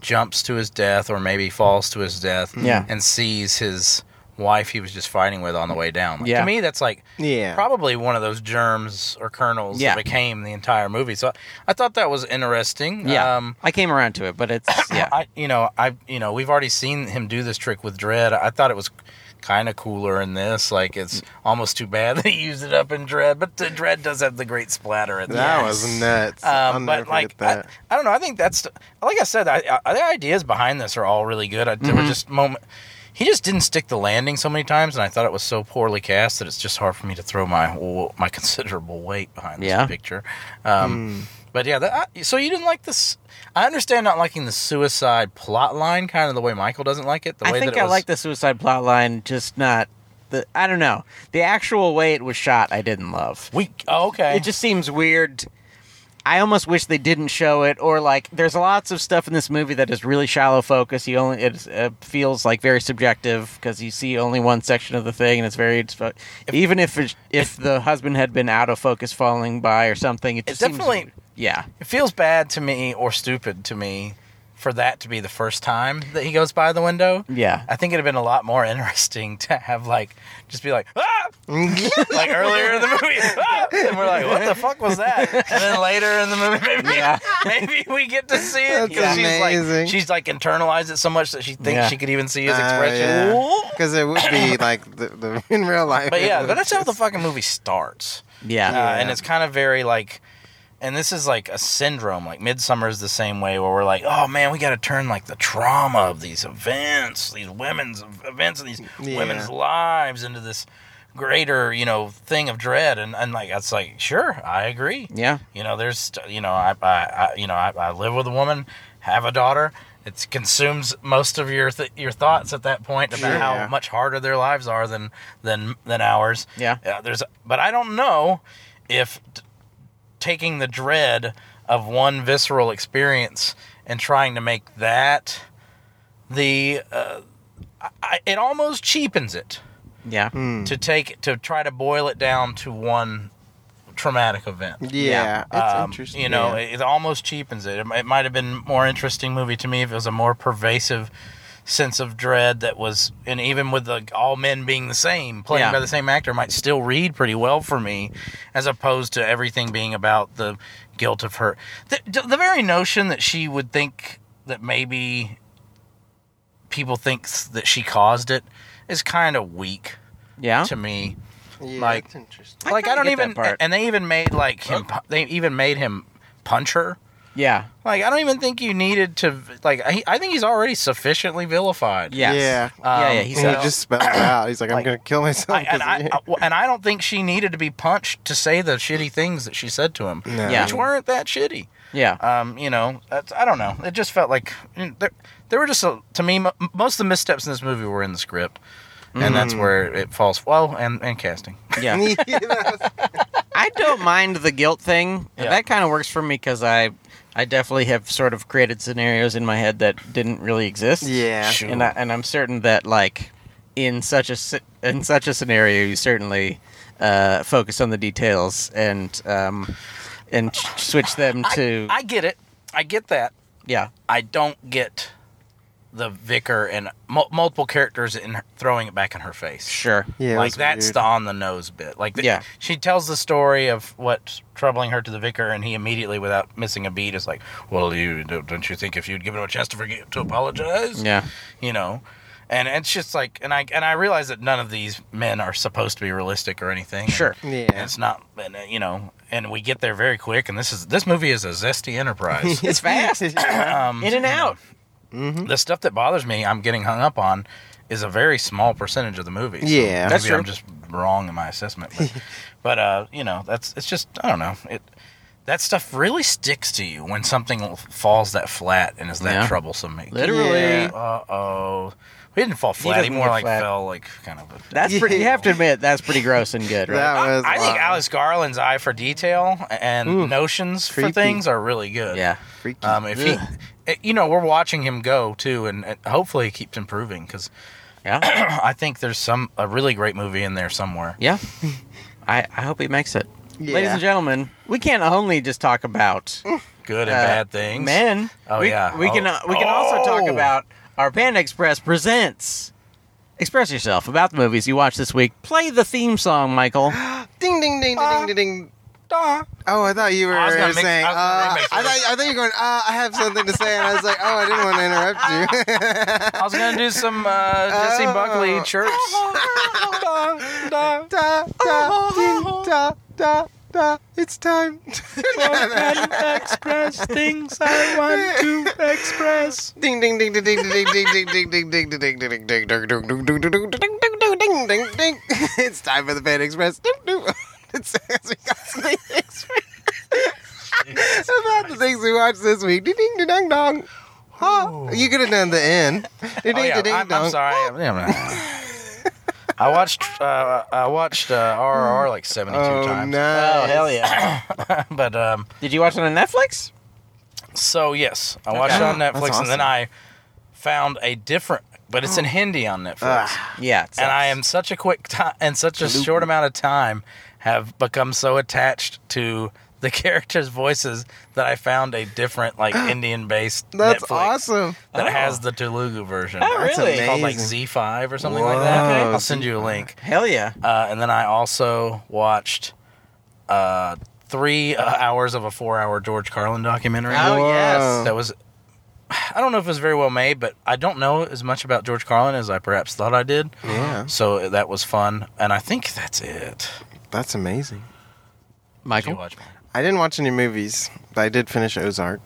jumps to his death, or maybe falls to his death,
Yeah.
and sees his wife he was just fighting with on the way down. Like,
Yeah.
To me, that's like
Yeah.
probably one of those germs or kernels
Yeah.
that became the entire movie. So I, I thought that was interesting.
Yeah,
Um,
I came around to it, but it's yeah.
I you know I you know we've already seen him do this trick with Dread. I thought it was kind of cooler in this. Like
Mm.
it's almost too bad they used it up in Dread, but the Dread does have the great splatter at the
That
end.
was nuts. I'll
Um,
never
but like
forget
I,
that.
I don't know. I think that's like I said. I, I, the ideas behind this are all really good. I, There were
Mm-hmm.
just moment. He just didn't stick the landing so many times, and I thought it was so poorly cast that it's just hard for me to throw my whole- my considerable weight behind this
Yeah.
picture.
Hmm.
Um, But yeah, that, I, so you didn't like this. I understand not liking the suicide plot line, kind of the way Michael doesn't like it. The
I
way
think
that it
I
was,
like the suicide plot line, just not the. I don't know. The actual way it was shot, I didn't love.
We oh, okay.
It just seems weird. I almost wish they didn't show it, or like, there's lots of stuff in this movie that is really shallow focus. You only it uh, feels like very subjective because you see only one section of the thing, and it's very. It's, fo- even if it, if the husband had been out of focus, falling by or something, it
It
just seems-
definitely-
yeah.
It feels bad to me or stupid to me for that to be the first time that he goes by the window.
Yeah.
I think it'd have been a lot more interesting to have like just be like ah like earlier in the movie ah! and we're like what the fuck was that and then later in the movie maybe,
Yeah.
maybe we get to see it
That's
she's
amazing.
like she's like internalized it so much that she thinks
Yeah. Uh,
she could even see his
Oh,
expression
yeah. Because it would be like the, the in real life.
but
it
yeah
would
but that's how the
just-
fucking movie starts
Yeah.
uh, and it's kind of very like and this is like a syndrome like midsummer is the same way where we're like oh man we got to turn like the trauma of these events these women's events and these
Yeah.
women's lives into this greater you know thing of dread and, and like that's like sure i agree
yeah.
you know there's you know i, I, I you know I, I live with a woman have a daughter it consumes most of your th- your thoughts at that point about
Yeah.
how much harder their lives are than than than ours
Yeah.
uh, there's but i don't know if t- taking the dread of one visceral experience and trying to make that the uh, I- I, it almost cheapens it
Yeah.
hmm.
to take to try to boil it down to one traumatic event
Yeah, it's
um,
interesting.
You know,
yeah.
it, it almost cheapens it. It, mi- it might have been more interesting movie to me if it was a more pervasive sense of dread that was, and even with the all men being the same, played
Yeah.
by the same actor, might still read pretty well for me, as opposed to everything being about the guilt of her. The, the- the very notion that she would think that maybe people think that she caused it is kind of weak
Yeah.
to me
yeah,
like-
it's interesting.
I
like I
kinda
don't
get that
even
part. Oh.
and they even made like him pu- they even made him punch her.
Yeah.
Like I don't even think you needed to like I, I think he's already sufficiently vilified.
Yes.
Yeah.
yeah. Yeah.
Um,
He
And
said.
he just spelled it out. He's like, I'm
like-
gonna kill myself.
I, and
'cause
I,
of you.
I- and I don't think she needed to be punched to say the shitty things that she said to him,
No.
Yeah.
which weren't that shitty.
yeah.
Um, you know, that's, I don't know. It just felt like mm, there, there were just a, to me mo- most of the missteps in this movie were in the script,
Mm-hmm.
and that's where it falls. Well, and and casting.
Yeah. I don't mind the guilt thing.
Yeah.
That kind of works for me because I, I definitely have sort of created scenarios in my head that didn't really exist.
yeah.
Sure.
And I, and I'm certain that like, in such a sce- in such a scenario, you certainly uh, focus on the details and um, and ch- switch them
I-
to
I get it. I get that.
yeah
I don't get the vicar and mul multiple characters in her, throwing it back in her face.
Sure.
Yeah, it
like
was
that's
weird.
the on the nose bit. Like the,
Yeah.
she tells the story of what's troubling her to the vicar, and he immediately, without missing a beat, is like, "Well, you don't you think if you'd given him a chance to forget to apologize,
Yeah.
you know?" And it's just like, and I and I realize that none of these men are supposed to be realistic or anything.
Sure.
And
Yeah.
it's not, and, uh, you know. And we get there very quick, and this is this movie is a zesty enterprise.
It's fast.
um,
In and
you know,
out.
Mm-hmm.
the stuff that bothers me, I'm getting hung up on, is a very small percentage of the movie. So
Yeah.
maybe
That's true.
I'm just wrong in my assessment. But, but uh, you know, that's it's just I don't know it. That stuff really sticks to you when something l- falls that flat and is that
Yeah.
troublesome.
Literally.
Yeah.
Uh oh, he didn't fall flat. He,
doesn't
more
get
like
flat.
fell like kind of. A,
That's pretty. You have to admit that's pretty gross and good, right?
That was
I, I think
wild.
Alice Garland's eye for detail and
Ooh,
notions
creepy.
for things are really good.
yeah.
Freaky.
Um, if he,
Ugh.
eh, you know, we're watching him go too, and and hopefully he keeps improving because
Yeah.
I think there's some a really great movie in there somewhere.
Yeah. I, I hope he makes it. Ladies
Yeah.
and gentlemen, we can't only just talk about
Good and
uh,
bad things.
Men.
Oh,
we,
yeah.
We can
Oh.
uh, we can also talk
Oh.
about our Panda Express presents. Express yourself about the movies you watched this week. Play the theme song, Michael.
Ding ding ding
Uh,
ding ding ding. Oh, I thought you were
I was gonna mix-
saying.
I was gonna
uh,
remix
I thought I thought you were going. Uh, I have something to say, and I was like, oh, I didn't want to interrupt you.
I was gonna do some uh, Jesse
Oh.
Buckley chirps. Oh,
da, da, da, ding, da, da, da. It's time.
express things I
want
to express.
Ding ding ding ding ding ding ding ding ding ding ding ding ding ding ding ding ding ding ding ding ding ding ding ding ding. It's time for the Pan Express. It's as we got to the Express. About the things we watched this week. Ding ding ding dong. Huh? You could have done the end. Ding
Oh, yeah.
ding ding
I'm, I'm
dong.
sorry. I'm- yeah, I'm- I watched uh, I watched uh, RRR like 72
Oh
times.
Oh
no.
hell yeah!
but um,
Did you watch it on Netflix?
so yes, I watched it on
That's
Netflix, and
awesome. Oh.
then I found a different, but it's in Hindi on Netflix.
Ah.
Yeah. it
and I
sucks.
am such a quick time and such a short amount of time have become so attached to the characters' voices that I found a different like Indian based
That's
Netflix
awesome.
that
Oh.
has the Telugu version.
Oh,
That's
really?
It's called like
amazing.
Z five or something like that.
Whoa,
I'll send you a link.
Hell yeah!
Uh, and then I also watched uh, three uh, hours of a four hour George Carlin documentary
Oh
Whoa.
yes.
that was I don't know if it was very well made, but I don't know as much about George Carlin as I perhaps thought I did.
Yeah.
So uh, that was fun, and I think that's it.
That's amazing.
Did you
Michael.
watch mine?
I didn't watch any movies, but I did finish Ozark.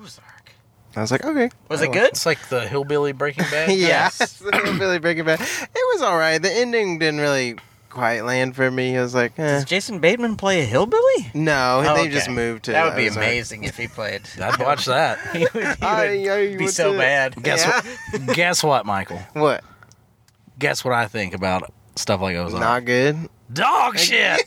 Ozark.
I was like, okay.
Was
I
it
will.
good?
It's like the hillbilly Breaking Bad.
yes. Billy Breaking Bad. It was all right. The ending didn't really quite land for me. I was like, eh.
Does Jason Bateman play a hillbilly?
no,
Oh,
they
okay.
just moved to.
That would be
Ozark.
amazing if he played.
I'd watch that.
he would, he would
I- I
be
would
so
too.
bad.
Guess what? Guess what, Michael?
What?
Guess what I think about stuff like Ozark?
Not good.
Dog shit.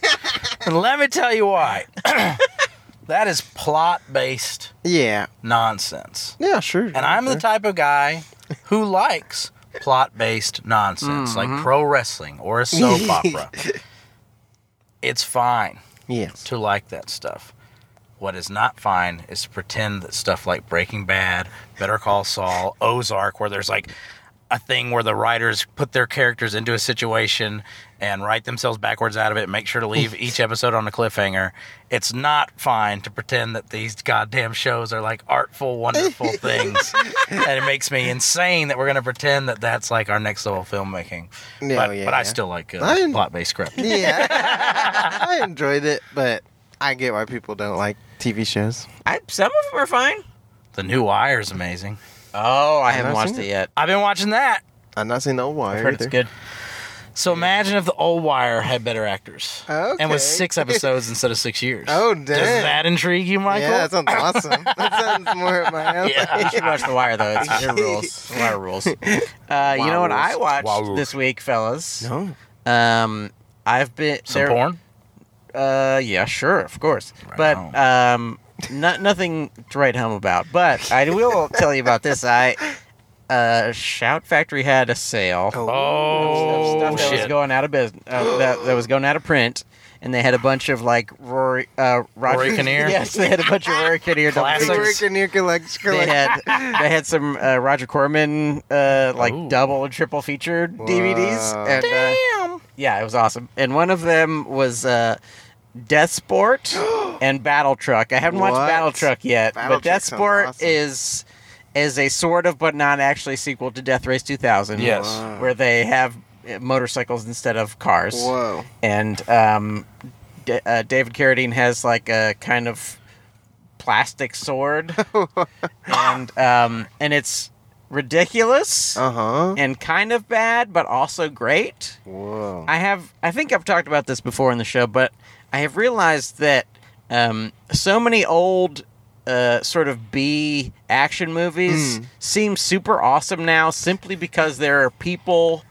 and let me tell you why. that is plot based
Yeah.
nonsense.
Yeah. Sure.
And I'm the
sure.
type of guy who likes plot based nonsense, like pro wrestling or a soap opera. It's fine
Yes.
to like that stuff. What is not fine is to pretend that stuff like Breaking Bad, Better Call Saul, Ozark, where there's like a thing where the writers put their characters into a situation and write themselves backwards out of it, make sure to leave each episode on a cliffhanger. It's not fine to pretend that these goddamn shows are like artful, wonderful things. and it makes me insane that we're going to pretend that that's like our next level filmmaking.
No,
but,
yeah,
but I
yeah.
still like uh,
I-
plot based script.
Yeah. I enjoyed it, but I get why people don't like TV shows.
I, some of them are fine.
The new wire is amazing.
Oh, I haven't
not
watched
seen
it
it.
yet.
I've been watching that.
I've not seen the old wire.
I've heard it's
either.
good.
So imagine if the old wire had better actors.
Okay.
And was six episodes instead of six years.
Oh, dang.
Does that intrigue you, Michael?
Yeah, that sounds awesome. that sounds more at my alley.
Yeah.
You should watch The Wire though. It's your rules. A lot of rules. Uh, you know what I
rules.
watched
Wow.
this week, fellas?
No.
Um, I've been
Some
there-
porn?
Uh, yeah, sure, of course,
Right
but
on.
um, not nothing to write home about. But I will tell you about this. I uh, Shout Factory had a sale.
Oh,
of stuff that was
shit.
going out of business, uh, that, that was going out of print, and they had a bunch of like Rory uh, Roger,
Rory Kinnear?
yes, they had a bunch of Rory Kinnear
Classics.
double
We're
features.
in your collect-
They
collect-
had they had some uh, Roger Corman uh, like
Ooh.
double and triple feature DVDs.
Wow.
And, uh, yeah, it was awesome. And one of them was uh, Death Sport and Battle Truck. I haven't watched
What?
Battle Truck yet,
Battle
but Death
Truck sounds
Sport
awesome.
is is a sort of but not actually sequel to Death Race 2000.
Yes.
Wow.
where they have uh, motorcycles instead of cars.
Whoa.
And um, D- uh, David Carradine has like a kind of plastic sword, and um, and it's ridiculous.
Uh
Uh-huh.
huh.
And kind of bad, but also great.
Whoa.
I have. I think I've talked about this before in the show, but I have realized that um, so many old uh, sort of B action movies seem super awesome now, simply because there are people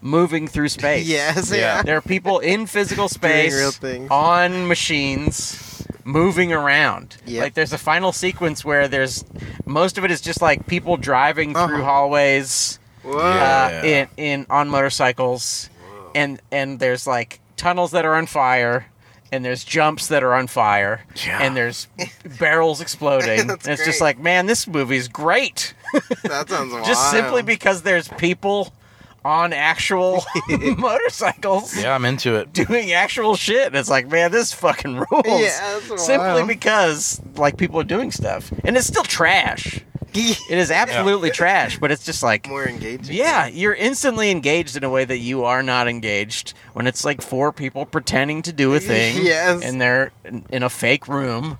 moving through space.
Yes. Yeah.
Yeah.
there are people in physical space,
real things.
on machines, moving around.
Yep.
Like there's a final sequence where there's most of it is just like people driving through
Uh-huh.
hallways
Whoa.
uh,
Yeah.
in in on motorcycles, and and there's like tunnels that are on fire, and there's jumps that are on fire,
Yeah.
and there's barrels exploding.
That's
And it's just
great.
like, man, this movie's great,
That sounds wild.
just simply because there's people on actual motorcycles.
Yeah, I'm into it.
Doing actual shit, and it's like, man, this fucking rules.
Yeah, that's
Simply
wild.
because like people are doing stuff, and it's still trash. It is absolutely trash, but it's just like
more engaging.
yeah, you're instantly engaged in a way that you are not engaged when it's like four people pretending to do a thing.
Yes.
And they're in- in a fake room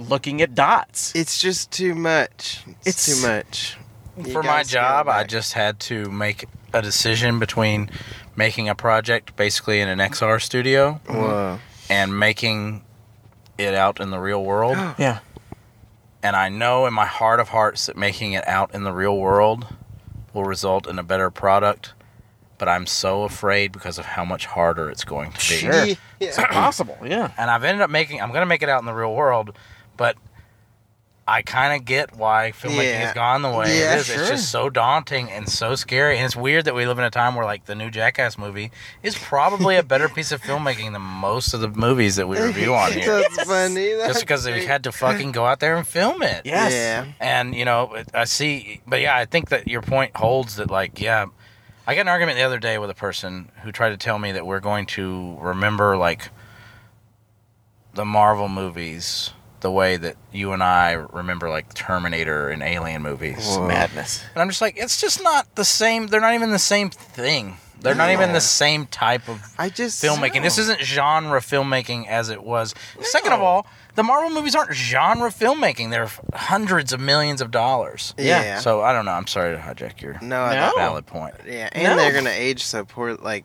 looking at dots.
It's just too much. It's,
It's-
too much. You
For my
gotta scale
job,
it
I
back.
just had to make a decision between making a project basically in an XR studio
Whoa.
and making it out in the real world.
yeah.
and I know in my heart of hearts that making it out in the real world will result in a better product, but I'm so afraid because of how much harder it's going to be.
Sure. It's
Yeah.
possible, yeah.
And I've ended up making I'm going to make it out in the real world, but I kind of get why filmmaking
Yeah.
has gone the way
Yeah,
it is.
sure.
It's just so daunting and so scary. And it's weird that we live in a time where, like, the new Jackass movie is probably a better piece of filmmaking than most of the movies that we review on here.
That's funny. That's
Just because we
great.
had to fucking go out there and film it
Yes.
Yeah.
and you know it- i see but yeah i think that your point holds that like yeah i got in an argument the other day with a person who tried to tell me that we're going to remember like the marvel movies the way that you and i remember like terminator and alien movies
Whoa.
Madness.
and i'm just like it's just not the same they're not even the same thing they're not even the same type of
I just
filmmaking.
Oh.
This isn't genre filmmaking as it was. Second of all, the Marvel movies aren't genre filmmaking. They're f- hundreds of millions of dollars.
Yeah.
Yeah.
So I don't know. I'm sorry to hijack your
no. I
No.
don't-
valid point.
Yeah, and
No.
they're gonna age so poor. Like,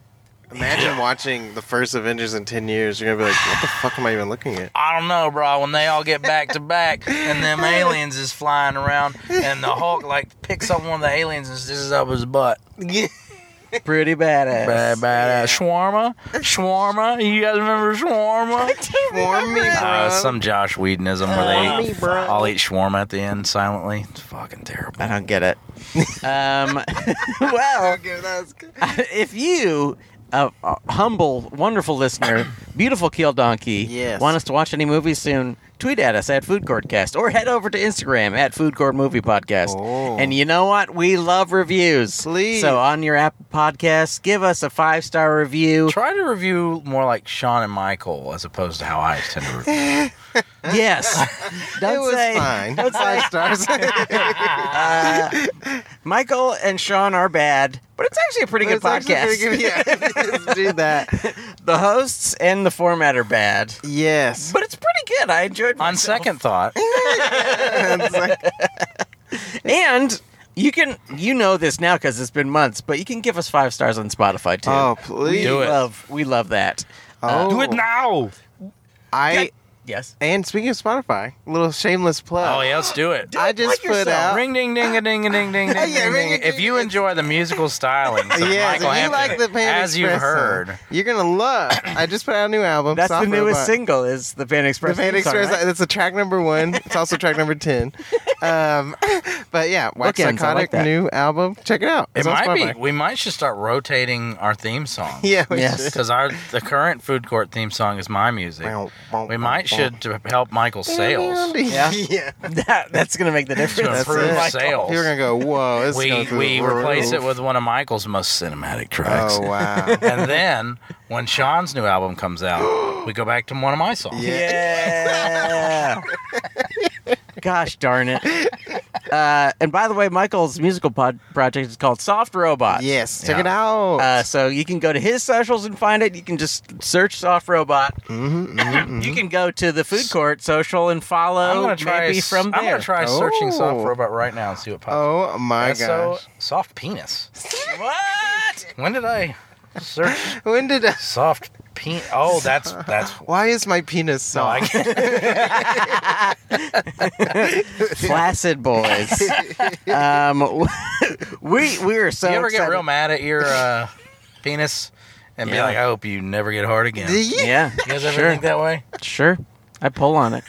imagine watching the first Avengers in ten years. You're gonna be like, what the fuck am I even looking at?
I don't know, bro. When they all get back to back, and them aliens is flying around, and the Hulk like picks up one of the aliens and sticks it up his butt.
Pretty badass.
Bad, badass. Shawarma, shawarma. You guys remember shawarma?
Warm me, bro.
Uh, some Josh Whedonism where
me,
they
bro.
all eat shawarma at the end silently. It's fucking terrible.
I don't get it. um, well,
Okay, that was good.
if you, a a humble, wonderful listener, beautiful Keel Donkey,
Yes.
want us to watch any movies soon, tweet at us at Food Court Cast or head over to Instagram at Food Court Movie Podcast.
Oh.
And you know what? We love reviews.
Please.
So on your Apple Podcast, give us a five star review.
Try to review more like Sean and Michael as opposed to how I tend to review.
yes. Don't
it was
say.
fine. Five stars.
Uh, Michael and Sean are bad, but it's actually a pretty good
It's actually
podcast.
pretty good. Yeah, let's do that.
the hosts and the format are bad,
Yes.
but it's pretty good. I enjoyed.
On
myself.
second thought,
It's like-
And you can, you know this now because it's been months, but you can give us five stars on Spotify too.
oh please.
Do
we
it.
love, we love that.
Oh,
do it now.
I
Yes.
and speaking of Spotify, a little shameless plug.
Oh yeah, let's do it.
I just
plug
put
yourself.
out.
Ring ding ding a ding a ding ding ding.
Yeah,
ding,
ring a
ding. If
ding
you
a-
enjoy the musical styling,
Yeah,
so
if you
Michael Hampton,
like the Pan
as you've
Expresso,
heard,
you're gonna love. I just put out a new album.
That's
Soft
the newest
Robot.
single is the Van Express.
The Van
theme song,
Express.
right?
That's a track number one. It's also track number ten. Um, But yeah, Wax
Bookends, I like
Psychotic
that.
new album. Check it out.
It
It's on
might be.
Spotify.
We might should start rotating our theme song.
Yeah. we
Yes.
should.
Because our the current food court theme song is my music. We might should to help Michael's sales.
Yeah.
Yeah. yeah.
That, that's gonna make the
To
difference.
That's
improve
it.
sales.
People are gonna go, whoa! This is
We
going through
we
the
replace it
roof."
with one of Michael's most cinematic tracks.
Oh wow!
and then when Sean's new album comes out, we go back to one of my songs.
Yeah.
Yeah. Gosh darn it. Uh, and by the way, Michael's musical pod project is called Soft Robot.
yes, check
Yeah.
it out.
Uh, so you can go to his socials and find it. You can just search Soft Robot.
Mhm, mhm,
You can go to the food court social and
I'm
follow
gonna try.
Oh, maybe
s-
from there.
I'm gonna try searching soft
Oh.
robot right now and see what pops. up.
oh my
That's so
gosh!
soft penis.
What?
When did I search
when did? I,
soft penis? Oh, that's that's.
why is my penis
No, I
soft?
can't.
Flaccid boys. um, we we are so
you ever get
excited-
real mad at your uh, penis and be
Yeah.
like, I hope you never get hard again. You
Yeah,
guys ever
Sure.
think that way?
sure. I pull on it.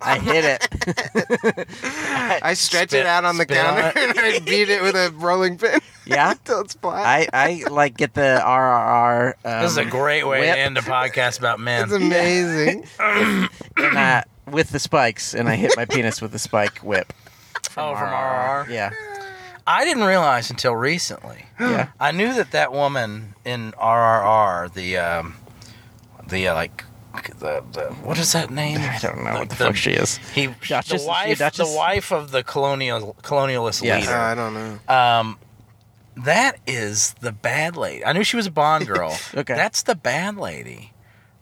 I hit it.
I stretch
Spit-
it out on the
spit on
counter
it.
and I beat it with a rolling pin
Yeah.
until it's flat.
I, I like get the RRR. Um,
This is a great way
whip.
to end a podcast about
it's
men.
amazing.
and I- with the spikes, and I hit my penis with the spike whip.
Oh, from RR.
Yeah.
I didn't realize until recently.
Yeah.
I knew that that woman in RRR, the um, the uh, like the, the what is that name?
I don't know what the, fuck she is.
He,
Duchess? Is
the
she
wife,
a
the
duchess?
wife of the colonial colonialist
Yes.
Uh,
leader.
I don't know.
Um, that is the bad lady. I knew she was a Bond girl.
Okay.
that's the bad lady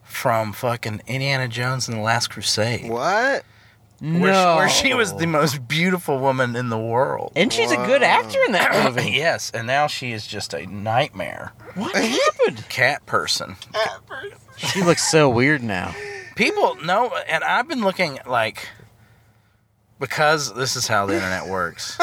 from fucking Indiana Jones and the Last Crusade.
What?
No.
Where, she, where she was the most beautiful woman in the world.
and she's a good
Wow.
actor in that movie.
yes, and now she is just a nightmare
What happened?
cat person.
She looks so weird now.
People know, and I've been looking like because this is how the internet works.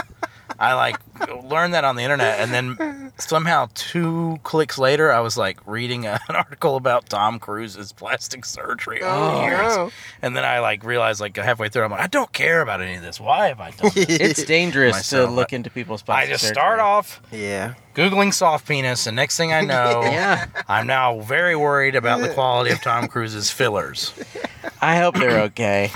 I like learned that on the internet, and then somehow two clicks later, I was like reading an article about Tom Cruise's plastic surgery over the
Oh,
years,
no.
and then I like realized like halfway through, I'm like, I don't care about any of this. Why have I done this?
It's dangerous
Myself,
to look into people's
I
plastic
just
surgery.
start off
Yeah.
googling soft penis, and next thing I know,
Yeah.
I'm now very worried about the quality of Tom Cruise's fillers.
I hope they're okay.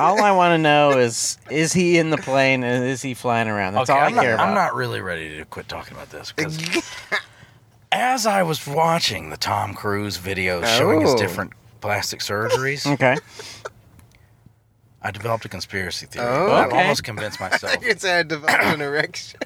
All I want to know is is he in the plane and is he flying around? That's all I
I'm
care
not,
about.
I'm not really ready to quit talking about this because as I was watching the Tom Cruise videos showing his
Oh.
different plastic surgeries,
Okay.
I developed a conspiracy theory.
Oh.
I've
Okay.
almost convinced myself.
It's a developed an erection.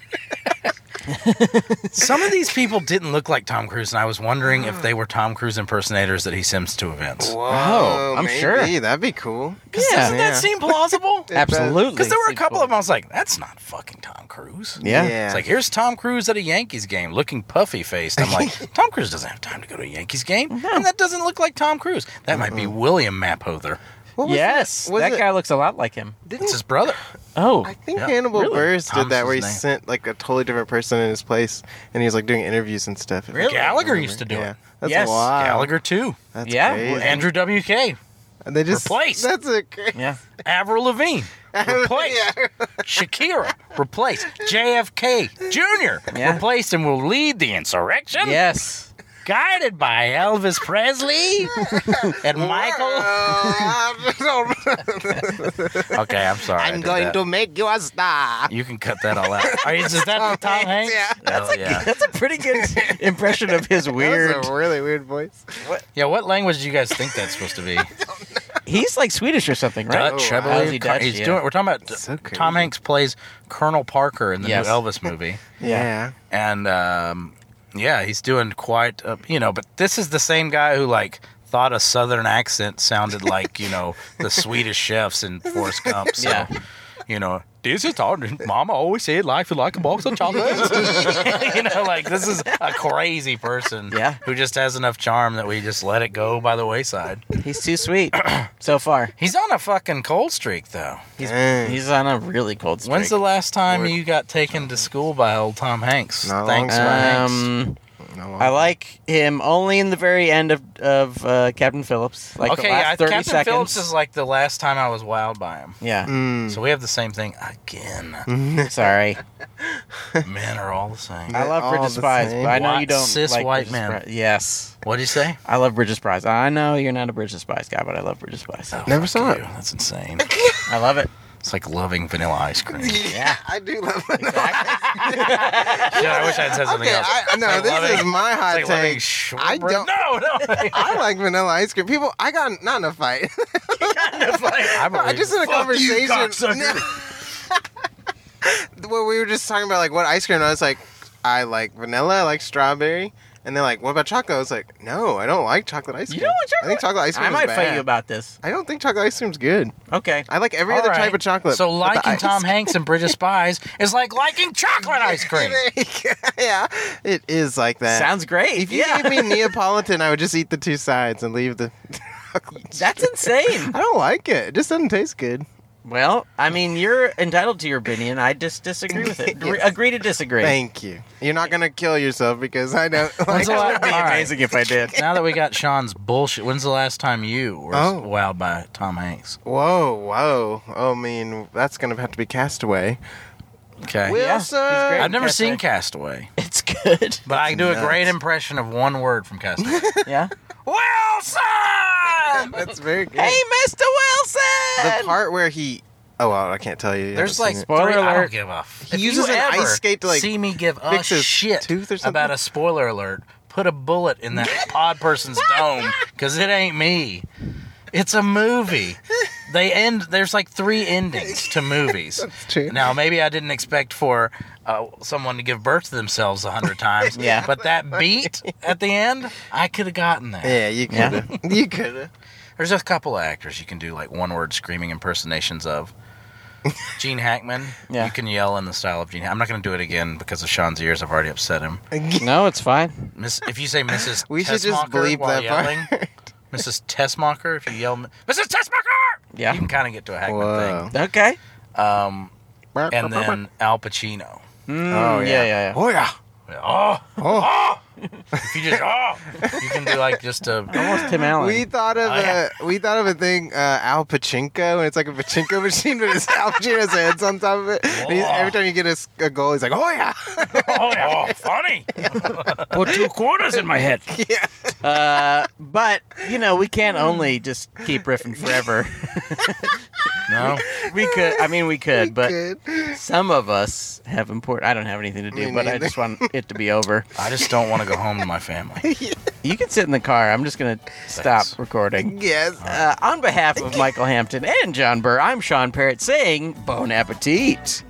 Some of these people didn't look like Tom Cruise, and I was wondering if they were Tom Cruise impersonators that he sends to events.
Wow, I'm
Oh, maybe.
sure.
that'd be cool.
Doesn't
Yeah.
Yeah.
that seem plausible?
Absolutely.
Because there were a couple of them I was like, that's not fucking Tom Cruise.
Yeah.
It's like here's Tom Cruise at a Yankees game, looking puffy faced. I'm like, Tom Cruise doesn't have time to go to a Yankees game, and that doesn't look like Tom Cruise. That might be William Mapother.
What was
Yes,
Was
that
it-
guy looks a lot like him.
It's his brother.
Oh,
I think
Yeah.
Hannibal
Really?
Buress did
Thomas
that where he
is name.
sent like a totally different person in his place, and he was like doing interviews and stuff.
Really?
Gallagher used to do
yeah,
it.
that's
Yes.
wild.
Gallagher too.
That's
Yeah,
crazy.
well,
Andrew WK,
And they just
replaced.
That's a crazy.
yeah.
Avril Lavigne, replaced.
Yeah.
Shakira, replaced. JFK Jr.
Yeah.
replaced, and will lead the insurrection.
Yes.
Guided by Elvis Presley and Michael. Okay, I'm sorry. I
I'm
did
going
that.
to make you a star.
You can cut that all out. Are you, is that the Tom Hanks?
Yeah.
That's yeah.
That's a pretty good impression of his
That
weird.
was a really weird voice.
yeah. What language do you guys think that's supposed to be?
He's like Swedish or something, right?
Dutch,
Oh,
I
wow.
believe.
Is he Dutch?
He's
Yeah.
doing. We're talking about
So crazy.
Tom Hanks plays Colonel Parker in the
Yes.
new Elvis movie,
Yeah.
and um, yeah, he's doing quite. Uh, you know, but this is the same guy who like thought a Southern accent sounded like you know the Swedish chefs in Forrest Gump. So,
Yeah.
you know. This is hard. Mama always said life is like a box of chocolates. you know, like this is a crazy person
Yeah.
who just has enough charm that we just let it go by the wayside.
He's too sweet so far.
He's on a fucking cold streak though.
He's
Dang.
he's on a really cold streak.
When's the last time
Word.
you got taken to school by old Tom Hanks?
Not long
Thanks,
ago.
for Hanks.
um,
No,
I like him only in the very end of, of uh, Captain Phillips. Like
okay,
the last
yeah,
30
Captain
seconds.
Phillips is like the last time I was wowed by him.
yeah,
Mm.
So we have the same thing again.
sorry.
Men are all the same.
I love
all
Bridges
the
Spies,
same.
but I know
White-
you don't
cis
like
white
Bridges
man.
Spies. Yes.
What did you say?
I love Bridges Spies. I know you're not a Bridges Spies guy, but I love Bridges Spies.
Oh,
Never
fuck
saw it.
you. That's insane.
I love it.
It's like loving vanilla ice cream.
Yeah, I do love that.
Shit, I wish I had said something
okay,
else.
I, no,
Like
this
loving-
is my hot
like loving
take. I
shortbread-
don't-
No, no.
I like vanilla ice cream. People, I got not in a fight.
I,
No, I
believe-
just in a
Fuck
conversation
You, cocksucker.
where we were just talking about like what ice cream. And I was like, I like vanilla. I like strawberry. And they're like, what about chocolate? I was like, no, I don't like chocolate ice
You
cream.
don't want
I think chocolate ice cream.
I
is
might
bad.
fight you about this.
I don't think chocolate ice cream's good.
Okay.
I like every
All
other
right.
type of chocolate.
So
but the
liking
ice-
Tom Hanks and British Spies is like liking chocolate ice cream.
yeah, it is like that.
Sounds great.
if you
yeah.
gave me Neapolitan, I would just eat the two sides and leave the chocolate.
That's insane.
I don't like it. It just doesn't taste good.
well, I mean, you're entitled to your opinion. I just disagree with it. Re-
Yes.
agree to disagree.
Thank you. You're not gonna kill yourself because I don't like.
When's the la-
It would be
All right.
amazing if I did.
Now that we got Sean's bullshit, when's the last time you were
Oh.
wowed by Tom Hanks?
Whoa, whoa. Oh, I mean, that's gonna have to be Castaway.
Okay.
Will
Yeah,
Wilson.
he's great.
I've never
Castaway.
seen Castaway,
It's good.
but I can do
nuts.
a great impression of one word from Castaway.
Yeah.
Wilson!
That's very good.
hey, Mr. Wilson.
the part where he. Oh well, I can't tell you. You
There's
haven't
like
seen it.
Spoiler
three- I
alert.
don't give a. f-
He
If you
uses an
ever
ice skate to, like,
see me give a
fix his
shit
tooth or something?
about a spoiler alert. Put a bullet in that odd person's dome because it ain't me. It's a movie. They end. There's like three endings to movies.
That's true.
Now maybe I didn't expect for uh, someone to give birth to themselves a hundred times.
Yeah.
But that beat at the end, I could have gotten that.
Yeah, you could.
Yeah.
have You could. have
There's a couple of actors you can do like one word screaming impersonations of. Gene Hackman.
Yeah.
You can yell in the style of Gene. I'm not going to do it again because of Sean's ears. I've already upset him.
no, it's fine.
Miss, if you say Mrs.
We should just
Tessmacher
bleep
while
that
yelling,
part.
Mrs. Tessmacher. If you yell Mrs. Tessmacher,
Yeah.
you can kind of get to a Hackman
Whoa.
Okay.
thing. Um, and then Al Pacino.
Mm, yeah, yeah, yeah.
Oh yeah.
Oh,
Oh.
if you just oh, you can do like just a.
Almost Tim Allen.
We thought of
Oh,
a
yeah.
we thought of a thing uh, Al Pachinko, and it's like a pachinko machine, but it's Al Pacino's head's on top of it. And he's- every time you get a, s- a goal, he's like, "Oh yeah,
Oh, yeah. oh, funny.
put two quarters in my head.
yeah."
Uh, but you know, we can't only just keep riffing forever.
No,
we could. I mean, we could, but
Good.
some of us have important. I don't have anything to do,
Me
but I
neither.
just want it to be over.
I just don't want to go home to my family.
You can sit in the car. I'm just gonna stop
Thanks.
recording.
yes.
Uh, on behalf of Michael Hampton and John Burr, I'm Sean Parrott saying bon appetit.